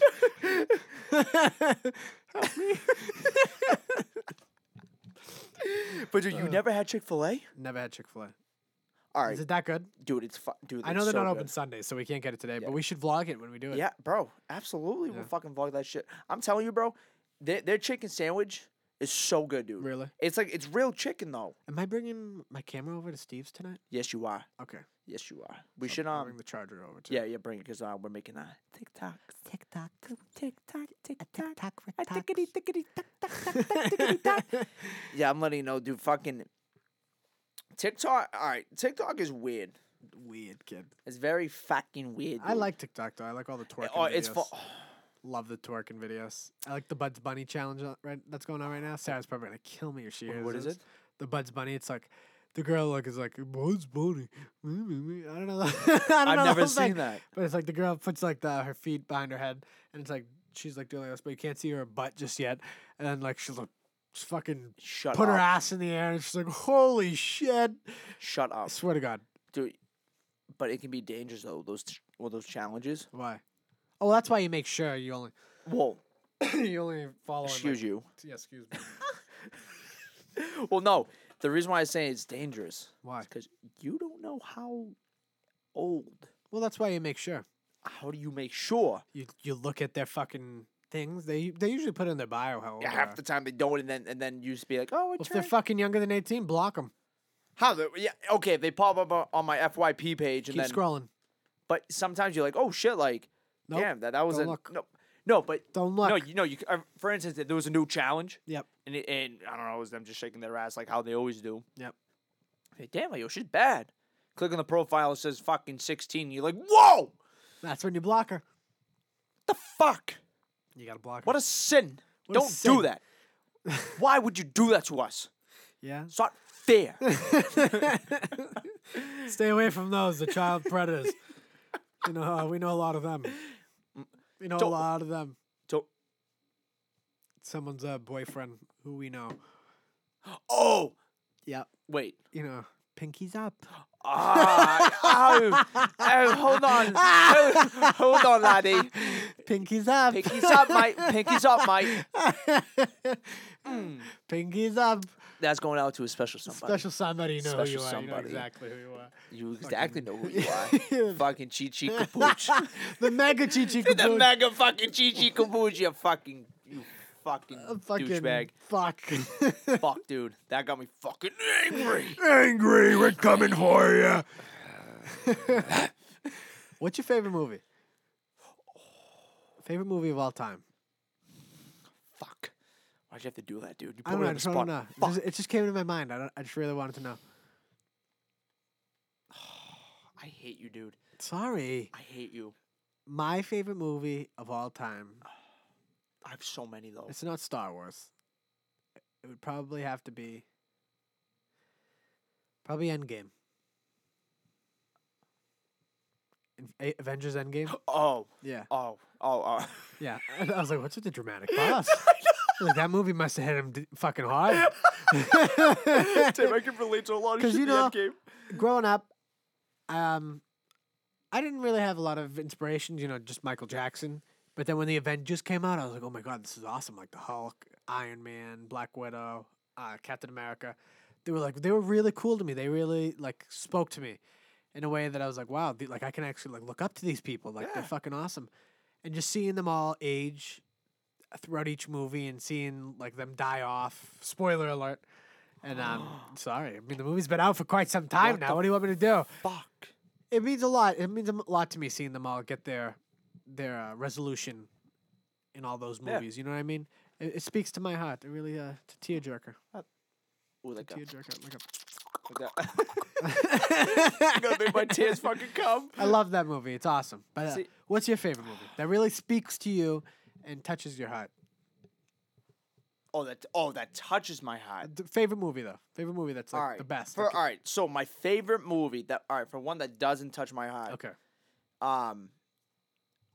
Speaker 2: But dude, you never had Chick Fil A?
Speaker 3: Never had Chick Fil A.
Speaker 2: All right,
Speaker 3: Is it that good?
Speaker 2: dude. It's fu- dude.
Speaker 3: I know
Speaker 2: it's
Speaker 3: they're
Speaker 2: so
Speaker 3: not
Speaker 2: good.
Speaker 3: open Sundays, so we can't get it today. But we should vlog it when we do it.
Speaker 2: Yeah, bro. Absolutely, we'll fucking vlog that shit. I'm telling you, bro. Their, their chicken sandwich is so good, dude.
Speaker 3: Really?
Speaker 2: It's like it's real chicken though.
Speaker 3: Am I bringing my camera over to Steve's tonight?
Speaker 2: Yes, you are.
Speaker 3: Okay.
Speaker 2: Yes, you are. We
Speaker 3: I'll-
Speaker 2: should
Speaker 3: I'll
Speaker 2: um.
Speaker 3: bring the charger over too.
Speaker 2: Yeah, yeah, bring it because uh, we're making a TikTok.
Speaker 8: TikTok,
Speaker 2: TikTok, TikTok.
Speaker 8: TikTok,
Speaker 2: A tickety, tickety, tuck, tuck, tuck, tuck, tickety, tuck. Yeah, I'm letting you know, dude. Fucking TikTok. All right, TikTok is weird.
Speaker 3: Weird kid.
Speaker 2: It's very fucking weird.
Speaker 3: I
Speaker 2: dude.
Speaker 3: like TikTok though. I like all the twerking.
Speaker 2: Oh, it's
Speaker 3: videos.
Speaker 2: fu-
Speaker 3: Love the twerking videos. I like the Buds Bunny challenge on- right that's going on right now. Sarah's probably gonna kill me if she hears
Speaker 2: what is
Speaker 3: this.
Speaker 2: it?
Speaker 3: The Buds Bunny. It's like the girl like is like Buds Bunny. I don't know.
Speaker 2: I've
Speaker 3: I don't know the
Speaker 2: never
Speaker 3: whole thing,
Speaker 2: seen that.
Speaker 3: But it's like the girl puts like the her feet behind her head, and it's like she's like doing this, but you can't see her butt just yet. And then like she's like just fucking
Speaker 2: Shut
Speaker 3: put
Speaker 2: up.
Speaker 3: her ass in the air, and she's like, "Holy shit!"
Speaker 2: Shut
Speaker 3: I
Speaker 2: up,
Speaker 3: swear to God,
Speaker 2: dude. But it can be dangerous though. Those t- well, those challenges.
Speaker 3: why? Oh, that's why you make sure you only
Speaker 2: Whoa.
Speaker 3: you only follow. in,
Speaker 2: Excuse
Speaker 3: like-
Speaker 2: you.
Speaker 3: Yeah, excuse me.
Speaker 2: Well, no. The reason why I say it's dangerous
Speaker 3: Why?
Speaker 2: because you don't know how old.
Speaker 3: Well, that's why you make sure.
Speaker 2: How do you make sure?
Speaker 3: you you look at their fucking things. They they usually put in their bio how old they
Speaker 2: half
Speaker 3: are.
Speaker 2: the time they don't, and then and then you just be like, oh, it
Speaker 3: Oh, Well, if they're
Speaker 2: turned-
Speaker 3: fucking younger than eighteen, block them.
Speaker 2: how the yeah okay if they pop up on- on my FYP page and
Speaker 3: Keep
Speaker 2: then
Speaker 3: scrolling.
Speaker 2: but sometimes you're like oh shit like
Speaker 3: Nope,
Speaker 2: damn that that was
Speaker 3: don't
Speaker 2: a
Speaker 3: look.
Speaker 2: no no but
Speaker 3: Don't
Speaker 2: no
Speaker 3: look.
Speaker 2: you know you c- uh, for instance if there was a new challenge
Speaker 3: Yep.
Speaker 2: and it, and I don't know it was them just shaking their ass like how they always do
Speaker 3: Yep.
Speaker 2: hey, damn like yo she's bad click on the profile it says fucking sixteen you're like whoa
Speaker 3: That's when you block her.
Speaker 2: the fuck
Speaker 3: You gotta block her.
Speaker 2: what a sin
Speaker 3: a
Speaker 2: don't
Speaker 3: sin.
Speaker 2: do that why would you do that to us
Speaker 3: yeah.
Speaker 2: stop fair.
Speaker 3: Stay away from those, the child predators. you know, uh, we know a lot of them. We know a
Speaker 2: Don't-
Speaker 3: lot of them.
Speaker 2: Don't-
Speaker 3: Someone's uh, boyfriend who we know.
Speaker 2: oh,
Speaker 3: Yep.
Speaker 2: wait.
Speaker 3: You know, pinkies up.
Speaker 2: Ah, oh, oh, hold on. Oh, hold on, laddie.
Speaker 3: Pinkies up.
Speaker 2: Pinkies up, mate. Pinkies up, mate.
Speaker 3: Pinkies up.
Speaker 2: That's going out to a special somebody.
Speaker 3: Special somebody, you know who
Speaker 2: Special
Speaker 3: you are. You know
Speaker 2: somebody.
Speaker 3: exactly who you are.
Speaker 2: You exactly know who you are. fucking Chi Chi Kabooch.
Speaker 3: The mega chi chi
Speaker 2: the mega fucking Chi Chi Kabooch, you fucking, you fucking,
Speaker 3: fucking
Speaker 2: douchebag.
Speaker 3: fuck.
Speaker 2: Fuck, dude. That got me fucking angry.
Speaker 4: Angry, we're coming for you.
Speaker 3: What's your favorite movie? Favorite movie of all time?
Speaker 2: Fuck. Why'd you have to do that, dude? You
Speaker 3: I
Speaker 2: put
Speaker 3: don't
Speaker 2: me
Speaker 3: know. I
Speaker 2: on the
Speaker 3: just
Speaker 2: spot.
Speaker 3: want to know. It
Speaker 2: Fuck.
Speaker 3: just, it just came to my mind. I, don't, I just really wanted to know.
Speaker 2: I hate you, dude.
Speaker 3: Sorry.
Speaker 2: I hate you.
Speaker 3: My favorite movie of all time.
Speaker 2: I have so many though.
Speaker 3: It's not Star Wars. It would probably have to be. Probably Endgame. Inv- A- Avengers Endgame?
Speaker 2: Oh,
Speaker 3: Yeah.
Speaker 2: oh, oh, oh.
Speaker 3: Yeah. And I was like, what's with the dramatic pause? like, that movie must have hit him d- fucking hard.
Speaker 2: Tim, I can relate to a lot of
Speaker 3: 'Cause
Speaker 2: shit
Speaker 3: you
Speaker 2: in
Speaker 3: know-
Speaker 2: Endgame.
Speaker 3: growing up, um, I didn't really have a lot of inspirations, you know, just Michael Jackson. But then when the Avengers came out, I was like, oh my God, this is awesome. Like the Hulk, Iron Man, Black Widow, uh, Captain America. They were like, they were really cool to me. They really like spoke to me in a way that I was like, wow, the, like I can actually like look up to these people. Like they're fucking awesome. And just seeing them all age throughout each movie and seeing like them die off. Spoiler alert. And um, sorry, I mean the movie's been out for quite some time now. What do you want me to do?
Speaker 2: Fuck.
Speaker 3: It means a lot. It means a m- lot to me seeing them all get their their uh, resolution in all those
Speaker 2: Yeah.
Speaker 3: movies. You know what I mean? It, it speaks to my heart. It really uh, it's a tearjerker.
Speaker 2: Ooh, like a,
Speaker 3: Tearjerker. Like a-
Speaker 2: like that. gonna make my tears fucking come.
Speaker 3: I love that movie. It's awesome. But uh,
Speaker 2: See-
Speaker 3: what's your favorite movie that really speaks to you and touches your heart?
Speaker 2: Oh, that. Oh, that touches my heart.
Speaker 3: Uh, D- favorite movie though. Favorite movie that's like
Speaker 2: all right,
Speaker 3: the best.
Speaker 2: For
Speaker 3: like-
Speaker 2: all right, so my favorite movie that all right for one that doesn't touch my heart.
Speaker 3: uh, Okay.
Speaker 2: Um.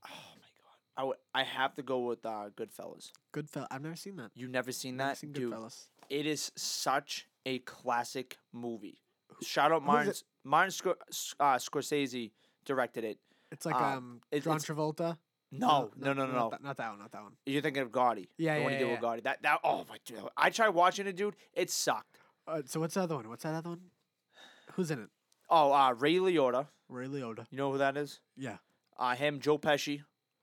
Speaker 2: Oh my god, I would. I have to go with uh, Goodfellas.
Speaker 3: Goodfellas. I've never seen that.
Speaker 2: You've never seen
Speaker 3: Never
Speaker 2: that,
Speaker 3: seen
Speaker 2: dude.
Speaker 3: Goodfellas.
Speaker 2: It is such a classic movie. Shout out Martin S- Martin Scor- S- uh, Scorsese directed it.
Speaker 3: It's like
Speaker 2: Uh,
Speaker 3: um,
Speaker 2: it-
Speaker 3: John
Speaker 2: it's-
Speaker 3: Travolta.
Speaker 2: No, no, no, no,
Speaker 3: Not
Speaker 2: no.
Speaker 3: that, not that one. Not that one.
Speaker 2: You're thinking of Gotti.
Speaker 3: Yeah,
Speaker 2: the one
Speaker 3: yeah,
Speaker 2: he did
Speaker 3: yeah,
Speaker 2: with Gotti. That that. Oh my dude, I tried watching it, dude. It sucked.
Speaker 3: Uh, so what's the other one? What's that other one? Who's in it?
Speaker 2: Oh, uh, Ray Liotta.
Speaker 3: Ray Liotta.
Speaker 2: You know who that is?
Speaker 3: Yeah.
Speaker 2: Uh, him, Joe Pesci,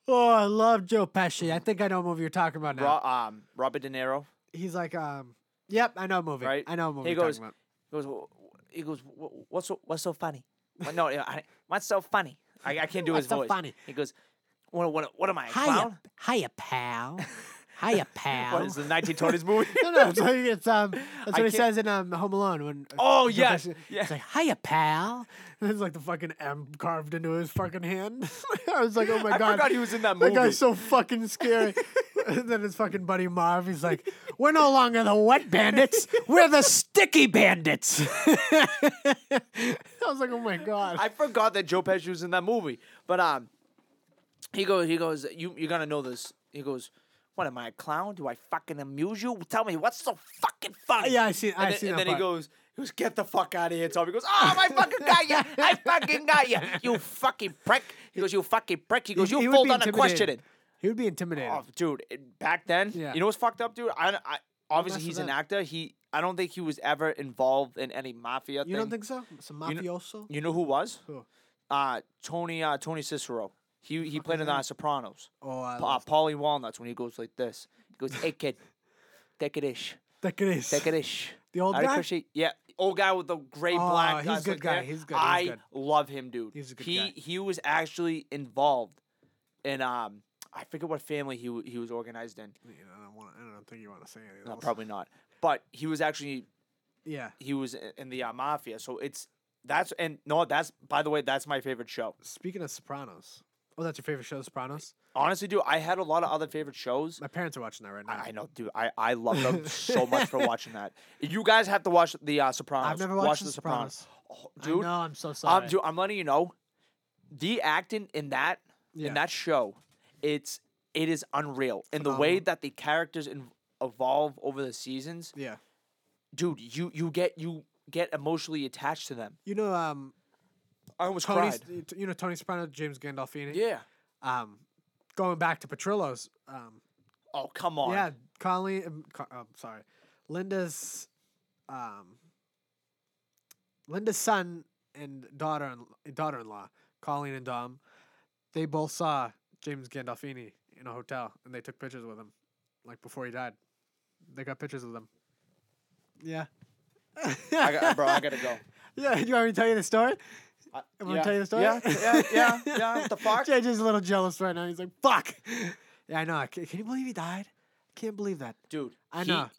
Speaker 3: Oh, I love Joe Pesci. I think I know what movie you're talking about now.
Speaker 2: Ro- um, Robert De Niro.
Speaker 3: He's like, um, yep, I know a movie.
Speaker 2: Right?
Speaker 3: I know a movie.
Speaker 2: He
Speaker 3: you're
Speaker 2: goes-
Speaker 3: talking about.
Speaker 2: He goes, "Wh- wh- he goes, "Wh- what's so, what's so funny? Well, no, I, what's so funny? I, I can't do his
Speaker 3: What's so
Speaker 2: voice.
Speaker 3: funny?
Speaker 2: He goes, what, what, what am I, a
Speaker 3: Hiya,
Speaker 2: clown?
Speaker 3: hiya, pal. hiya, pal.
Speaker 2: What is the 1920s movie?
Speaker 3: no, no, it's, like, it's um, that's what he
Speaker 2: can't-
Speaker 3: says in um, Home Alone when. uh,
Speaker 2: oh
Speaker 3: Joe
Speaker 2: yes,
Speaker 3: Pesci-
Speaker 2: yeah.
Speaker 3: It's like, hiya, pal. And it's like the fucking M carved into his fucking hand. I was like, oh my god.
Speaker 2: I forgot he was in that
Speaker 3: That
Speaker 2: movie.
Speaker 3: guy's so fucking scary. and then his fucking buddy Marv, he's like, We're no longer the wet bandits, we're the sticky bandits. I was like, Oh my god.
Speaker 2: I forgot that Joe Pesci was in that movie. But um, he goes, he goes, you you're gonna know this. He goes, what am I, a clown? Do I fucking amuse you? Tell me what's so fucking funny?
Speaker 3: Uh, yeah, I see
Speaker 2: And
Speaker 3: I
Speaker 2: then,
Speaker 3: see
Speaker 2: and
Speaker 3: that.
Speaker 2: then he
Speaker 3: part.
Speaker 2: goes, he goes, get the fuck out of here, Tom. He goes, oh, I fucking got you. I fucking got you. You fucking prick. He goes, you fucking prick. He goes, you
Speaker 3: would
Speaker 2: fooled
Speaker 3: be
Speaker 2: on a questioning.
Speaker 3: intimidated. He would be intimidated.
Speaker 2: Oh, dude, it- back then,
Speaker 3: Yeah.
Speaker 2: you know what's fucked up, dude? I, I obviously
Speaker 3: mess
Speaker 2: he's
Speaker 3: with
Speaker 2: an
Speaker 3: that.
Speaker 2: actor. He, I don't think he was ever involved in any mafia
Speaker 3: you
Speaker 2: thing.
Speaker 3: don't think so? Some
Speaker 2: know-
Speaker 3: mafioso?
Speaker 2: You know who was?
Speaker 3: Who?
Speaker 2: Uh, Tony uh, Tony Cicero. He he played in The Sopranos.
Speaker 3: oh,
Speaker 2: Pa-
Speaker 3: I
Speaker 2: uh,
Speaker 3: love
Speaker 2: Paulie Walnuts when he goes like this. He goes, "Hey kid, take it ish,
Speaker 3: that Chris.
Speaker 2: take it ish."
Speaker 3: The old
Speaker 2: I
Speaker 3: guy?
Speaker 2: appreciate. Yeah, old guy with the gray
Speaker 3: Oh,
Speaker 2: black.
Speaker 3: he's a
Speaker 2: eyes
Speaker 3: good
Speaker 2: like that.
Speaker 3: guy. He's good. He's
Speaker 2: I
Speaker 3: good.
Speaker 2: love him, dude.
Speaker 3: He's a good
Speaker 2: he
Speaker 3: guy.
Speaker 2: he was actually involved in um I forget what family he wa- he was organized in.
Speaker 3: You know, I, don't wanna, I don't think you want to say anything.
Speaker 2: No,
Speaker 3: else.
Speaker 2: probably not. But he was actually
Speaker 3: Yeah.
Speaker 2: he was i- in the uh, mafia. So it's that's and no that's by the way that's my favorite show.
Speaker 3: Speaking of Sopranos, Oh, that's your favorite show, The Sopranos?
Speaker 2: Honestly, dude, I had a lot of other favorite shows.
Speaker 3: My parents are watching that right now.
Speaker 2: I I know, dude. I, I love them so much for watching that. You guys have to watch the uh, Sopranos.
Speaker 3: never
Speaker 2: watch
Speaker 3: watched
Speaker 2: the
Speaker 3: The
Speaker 2: Sopranos. Oh,
Speaker 3: I
Speaker 2: dude,
Speaker 3: know, I'm so sorry.
Speaker 2: I'm, dude, I'm letting you know, the acting in that
Speaker 3: Yeah.
Speaker 2: in that show, it's it is unreal. And the way that the characters in, evolve over the seasons,
Speaker 3: yeah.
Speaker 2: dude, you you get you get emotionally attached to them.
Speaker 3: You know, um,
Speaker 2: I almost
Speaker 3: Tony,
Speaker 2: cried.
Speaker 3: you know Tony Soprano, James Gandolfini.
Speaker 2: Yeah.
Speaker 3: Um, going back to Petrillo's. Um,
Speaker 2: Oh come on.
Speaker 3: yeah, Colleen. Um, Co- oh, sorry, Linda's, um, Linda's son and daughter and daughter in law, Colleen and Dom, they both saw James Gandolfini in a hotel and they took pictures with him, like before he died. They got pictures of them. Yeah.
Speaker 2: I got, bro, I gotta go.
Speaker 3: Yeah, you want me to tell you the story?
Speaker 2: I,
Speaker 3: I want to tell you the story.
Speaker 2: Yeah, yeah, yeah, yeah. what The fuck.
Speaker 3: JJ's a little jealous right now. He's like, "Fuck." Yeah, I know. Can, can you believe he died? I can't believe that.
Speaker 2: dude.
Speaker 3: I
Speaker 2: he-
Speaker 3: know.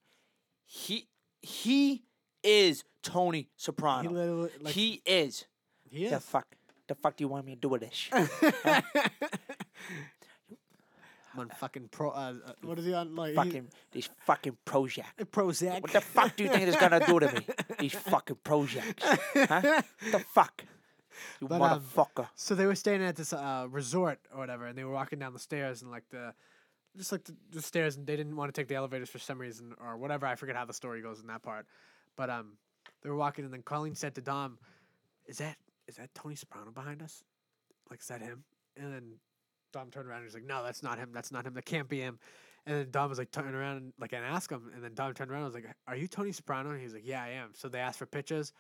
Speaker 2: He he is Tony Soprano. He
Speaker 3: literally, like-
Speaker 2: is.
Speaker 3: He
Speaker 2: The
Speaker 3: is.
Speaker 2: fuck. The fuck do you want me to do with this?
Speaker 3: I'm on fucking pro. Uh, uh, what is he on? Like he-
Speaker 2: fucking these fucking Prozac.
Speaker 3: Prozac.
Speaker 2: What the fuck do you think it's gonna do to me? These fucking Prozacs. Huh? The fuck. You
Speaker 3: But, um,
Speaker 2: motherfucker.
Speaker 3: So they were staying at this uh, resort or whatever, and they were walking down the stairs and like the, just like the, the stairs, and they didn't want to take the elevators for some reason or whatever. I forget how the story goes in that part, but um, they were walking, and then Colleen said to Dom, "Is that is that Tony Soprano behind us? Like, is that him?" And then Dom turned around and he's like, "No, that's not him. That's not him. That can't be him." And then Dom was like, turn around and like and ask him, and then Dom turned around and was like, "Are you Tony Soprano?" And he's like, "Yeah, I am." So they asked for pictures,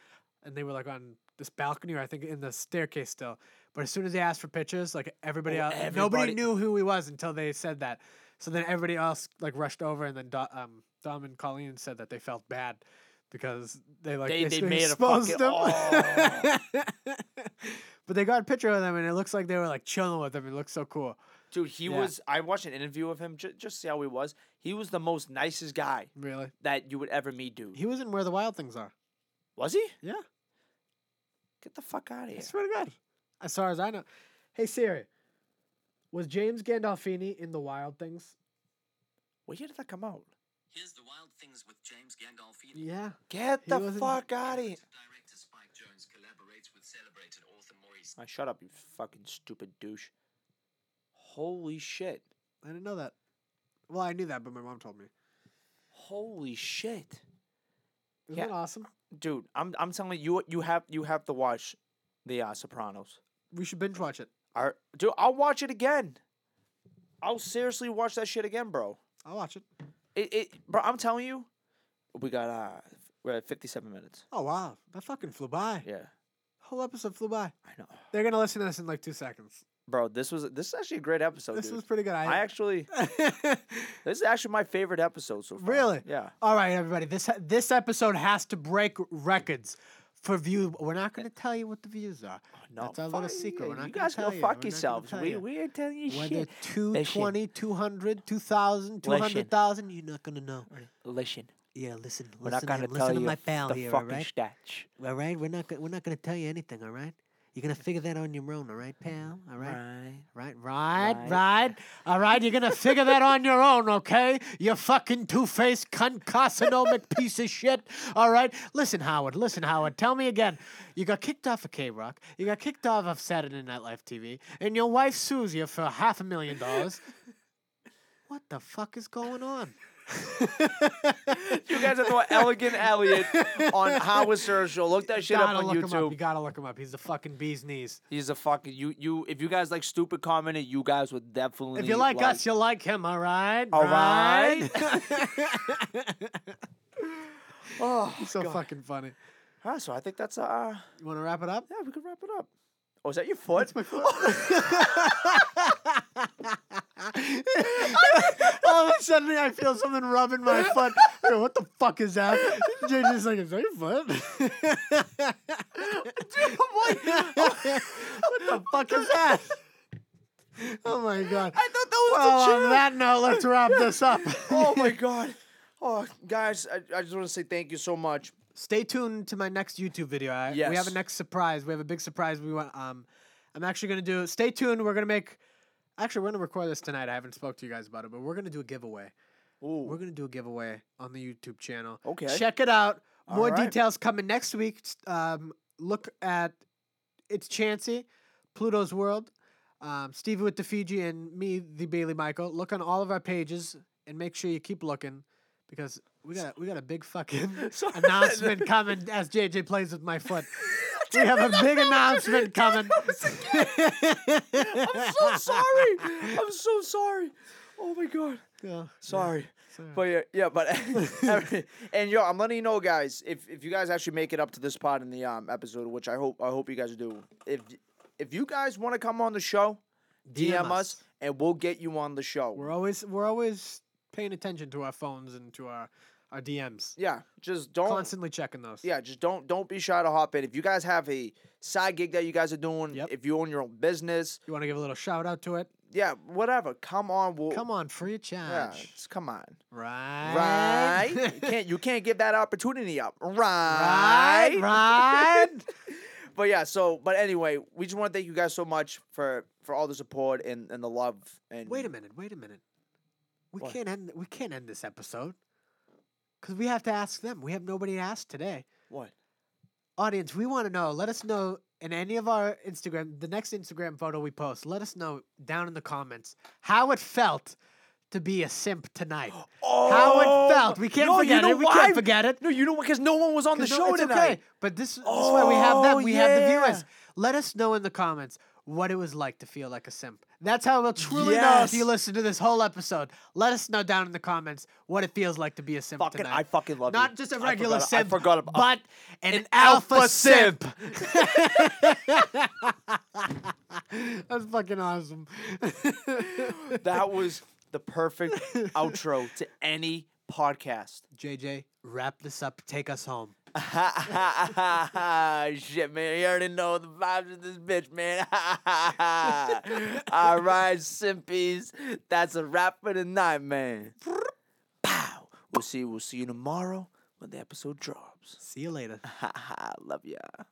Speaker 3: and they were like on this balcony or I think in the staircase still. But as soon as they asked for pictures, like everybody
Speaker 2: Oh,
Speaker 3: else,
Speaker 2: everybody-
Speaker 3: nobody knew who he was until they said that. So then everybody else like rushed over, and then Do- um, Dom and Colleen said that they felt bad because they like
Speaker 2: They- they
Speaker 3: basically
Speaker 2: made a
Speaker 3: exposed
Speaker 2: fucking-
Speaker 3: him. but they got a picture of them, and it looks like they were like chilling with him. It looks so cool.
Speaker 2: Dude, he
Speaker 3: yeah.
Speaker 2: was I watched an interview of him ju- just to see how he was. He was the most nicest guy
Speaker 3: Really,
Speaker 2: that you would ever meet, dude.
Speaker 3: he was in Where the Wild Things Are.
Speaker 2: Was he?
Speaker 3: Yeah,
Speaker 2: Get the fuck out of here.
Speaker 3: I swear to God, as far as I know. Hey Siri, was James Gandolfini in The Wild Things?
Speaker 2: Where did that come out?
Speaker 10: Here's the wild things with James Gandolfini.
Speaker 3: Yeah,
Speaker 2: Get
Speaker 3: He
Speaker 2: the
Speaker 3: wasn't-
Speaker 2: fuck out of here.
Speaker 10: Director Spike Jones collaborates with celebrated author Maurice.
Speaker 2: I shut up, you fucking stupid douche. Holy shit.
Speaker 3: I didn't know that. Well, I knew that, but my mom told me.
Speaker 2: Holy shit.
Speaker 3: Isn't
Speaker 2: Yeah.
Speaker 3: that awesome?
Speaker 2: Dude, I'm I'm telling you you have you have to watch the uh, Sopranos.
Speaker 3: We should binge watch it.
Speaker 2: Our, dude, I'll watch it again. I'll seriously watch that shit again, bro.
Speaker 3: I'll watch it.
Speaker 2: It, it bro, I'm telling you, we got uh we're at 57 minutes.
Speaker 3: Oh wow, that fucking flew by.
Speaker 2: Yeah.
Speaker 3: Whole episode flew by.
Speaker 2: I know.
Speaker 3: They're gonna listen to this in like two seconds.
Speaker 2: Bro, this was this is actually a great episode,
Speaker 3: this
Speaker 2: dude.
Speaker 3: was pretty good.
Speaker 2: I actually this is actually my favorite episode so far.
Speaker 3: Really?
Speaker 2: Yeah.
Speaker 3: All right, everybody. This ha- this episode has to break records for view. We're not going to tell you what the views are.
Speaker 2: Oh, No,
Speaker 3: That's our little
Speaker 2: fuck
Speaker 3: secret.
Speaker 2: you.
Speaker 3: We're not
Speaker 2: you
Speaker 3: gonna
Speaker 2: guys go
Speaker 3: tell you. We're not
Speaker 2: fuck
Speaker 3: gonna
Speaker 2: yourselves.
Speaker 3: tell
Speaker 2: We
Speaker 3: you.
Speaker 2: we ain't telling you
Speaker 8: Whether
Speaker 2: shit.
Speaker 8: 220, 200, 2,000,
Speaker 2: Listen.
Speaker 8: 200,000, you're not going to know.
Speaker 2: Listen,
Speaker 8: Yeah, listen.
Speaker 2: we're
Speaker 8: listen,
Speaker 2: not
Speaker 8: to-
Speaker 2: gonna
Speaker 8: listen
Speaker 2: tell
Speaker 8: to
Speaker 2: you
Speaker 8: my pal
Speaker 2: the
Speaker 8: here, all
Speaker 2: fucking
Speaker 8: right?
Speaker 2: stats.
Speaker 8: All right? We're not, go- we're not going to tell you anything, all right? You're going to figure that on your own, all right, pal? All right?
Speaker 2: Right.
Speaker 8: Right? right.
Speaker 3: Right,
Speaker 2: Right.
Speaker 3: right. All right, you're gonna figure that on your own, okay? You fucking two-faced cunt carcinomic piece of shit. All right, listen, Howard. Listen, Howard. Tell me again. You got kicked off of K Rock. You got kicked off of Saturday Night Live TV, and your wife sues you for half a million dollars. what the fuck is going on?
Speaker 2: You guys have to watch Elegant Elliot on Howard Stern's show. Look that shit up
Speaker 3: gotta
Speaker 2: on
Speaker 3: look him up. You
Speaker 2: YouTube.
Speaker 3: gotta look him up. He's the fucking bee's knees.
Speaker 2: He's a fucking you. You if you guys like stupid comedy, you guys would definitely.
Speaker 3: If you like, us, you'll like him. All right.
Speaker 2: All right.
Speaker 3: oh, He's so fucking funny.
Speaker 2: Ah, so I think that's uh.
Speaker 3: You want to wrap it up?
Speaker 2: Yeah, we can wrap it up. Oh, is that your foot? That's my foot.
Speaker 3: All of a sudden, I feel something rubbing my foot. I go, what the fuck is that? JJ's like, is that your foot? Dude, I'm like, what the fuck is that? Oh my god.
Speaker 2: I thought that was a
Speaker 3: Well,
Speaker 2: chair.
Speaker 3: on that note, let's wrap this up.
Speaker 2: oh my god. Oh, guys, I, I just want to say thank you so much.
Speaker 3: Stay tuned to my next YouTube video. I, We have
Speaker 2: Yes.
Speaker 3: a next surprise. We have a big surprise. We want. Um, I'm actually gonna do. Stay tuned. We're gonna make Actually, we're gonna record this tonight. I haven't spoke to you guys about it, but we're gonna do a giveaway. We're
Speaker 2: Ooh.
Speaker 3: gonna do a giveaway on the YouTube channel.
Speaker 2: Okay.
Speaker 3: Check it out.
Speaker 2: All
Speaker 3: More
Speaker 2: right.
Speaker 3: details coming next week. S- Um, look at it's Chancy, Pluto's World, um, Stevie with the Fiji, and me, the Bailey Michael. Look on all of our pages and make sure you keep looking because we got we got a big fucking
Speaker 2: Sorry.
Speaker 3: announcement coming as JJ plays with my foot. We have a big announcement coming.
Speaker 2: I'm so sorry. I'm so sorry. Oh my god.
Speaker 3: Yeah.
Speaker 2: Sorry. But yeah, yeah, but every- and yo, I'm letting you know, guys, if if you guys actually make it up to this part in the um episode, which I hope I hope you guys do. If if you guys want to come on the show, DM, us. and we'll get you on the show.
Speaker 3: We're always we're always paying attention to our phones and to our our DMs.
Speaker 2: yeah, just don't.
Speaker 3: Constantly checking those.
Speaker 2: Oh. Yeah, just don't don't be shy to hop in. If you guys have a side gig that you guys are doing,
Speaker 3: Yep.
Speaker 2: if you own your own business,
Speaker 3: You want to give a little shout out to it?
Speaker 2: yeah, whatever, come on. We'll,
Speaker 3: Come on, free of
Speaker 2: Oh. Yeah,
Speaker 3: charge.
Speaker 2: just come on.
Speaker 3: Right.
Speaker 2: Right? you can't you can't give that opportunity up. Right.
Speaker 3: right. Right.
Speaker 2: But yeah, so but anyway, we just want to thank you guys so much for for all the support and and the love and
Speaker 3: wait a minute. Wait a minute. We
Speaker 2: What?
Speaker 3: can't end. We can't end this episode. Cause we have to ask them. We have nobody to ask today.
Speaker 2: What?
Speaker 3: Audience, we want to know. Let us know in any of our Instagram, the next Instagram photo we post. Let us know down in the comments how it felt to be a simp tonight.
Speaker 2: Oh,
Speaker 3: how it felt. We can't
Speaker 2: no,
Speaker 3: forget
Speaker 2: you know
Speaker 3: it. We
Speaker 2: why?
Speaker 3: can't forget it.
Speaker 2: No, you know what? Because no one was on the
Speaker 3: 'Cause no-
Speaker 2: show
Speaker 3: it's
Speaker 2: tonight.
Speaker 3: Okay. But this, this is why we have
Speaker 2: Oh,
Speaker 3: them. We have the
Speaker 2: yeah.
Speaker 3: viewers. Let us know in the comments what it was like to feel like a simp. That's how we'll truly know if
Speaker 2: Yes.
Speaker 3: you listen to this whole episode. Let us know down in the comments what it feels like to be a simp
Speaker 2: Fucking,
Speaker 3: tonight.
Speaker 2: I fucking love you.
Speaker 3: Not just a
Speaker 2: I
Speaker 3: regular
Speaker 2: forgot-
Speaker 3: simp,
Speaker 2: I forgot about.
Speaker 3: but an, alpha,
Speaker 2: alpha
Speaker 3: simp. That's fucking awesome.
Speaker 2: that was the perfect outro to any podcast.
Speaker 3: JJ, wrap this up. Take us home.
Speaker 2: Shit, man. You already know the vibes of this bitch, man. All right, simpies. That's a wrap for tonight, man. Pow. We'll see. We'll see you tomorrow when the episode drops.
Speaker 3: See you later.
Speaker 2: Love ya.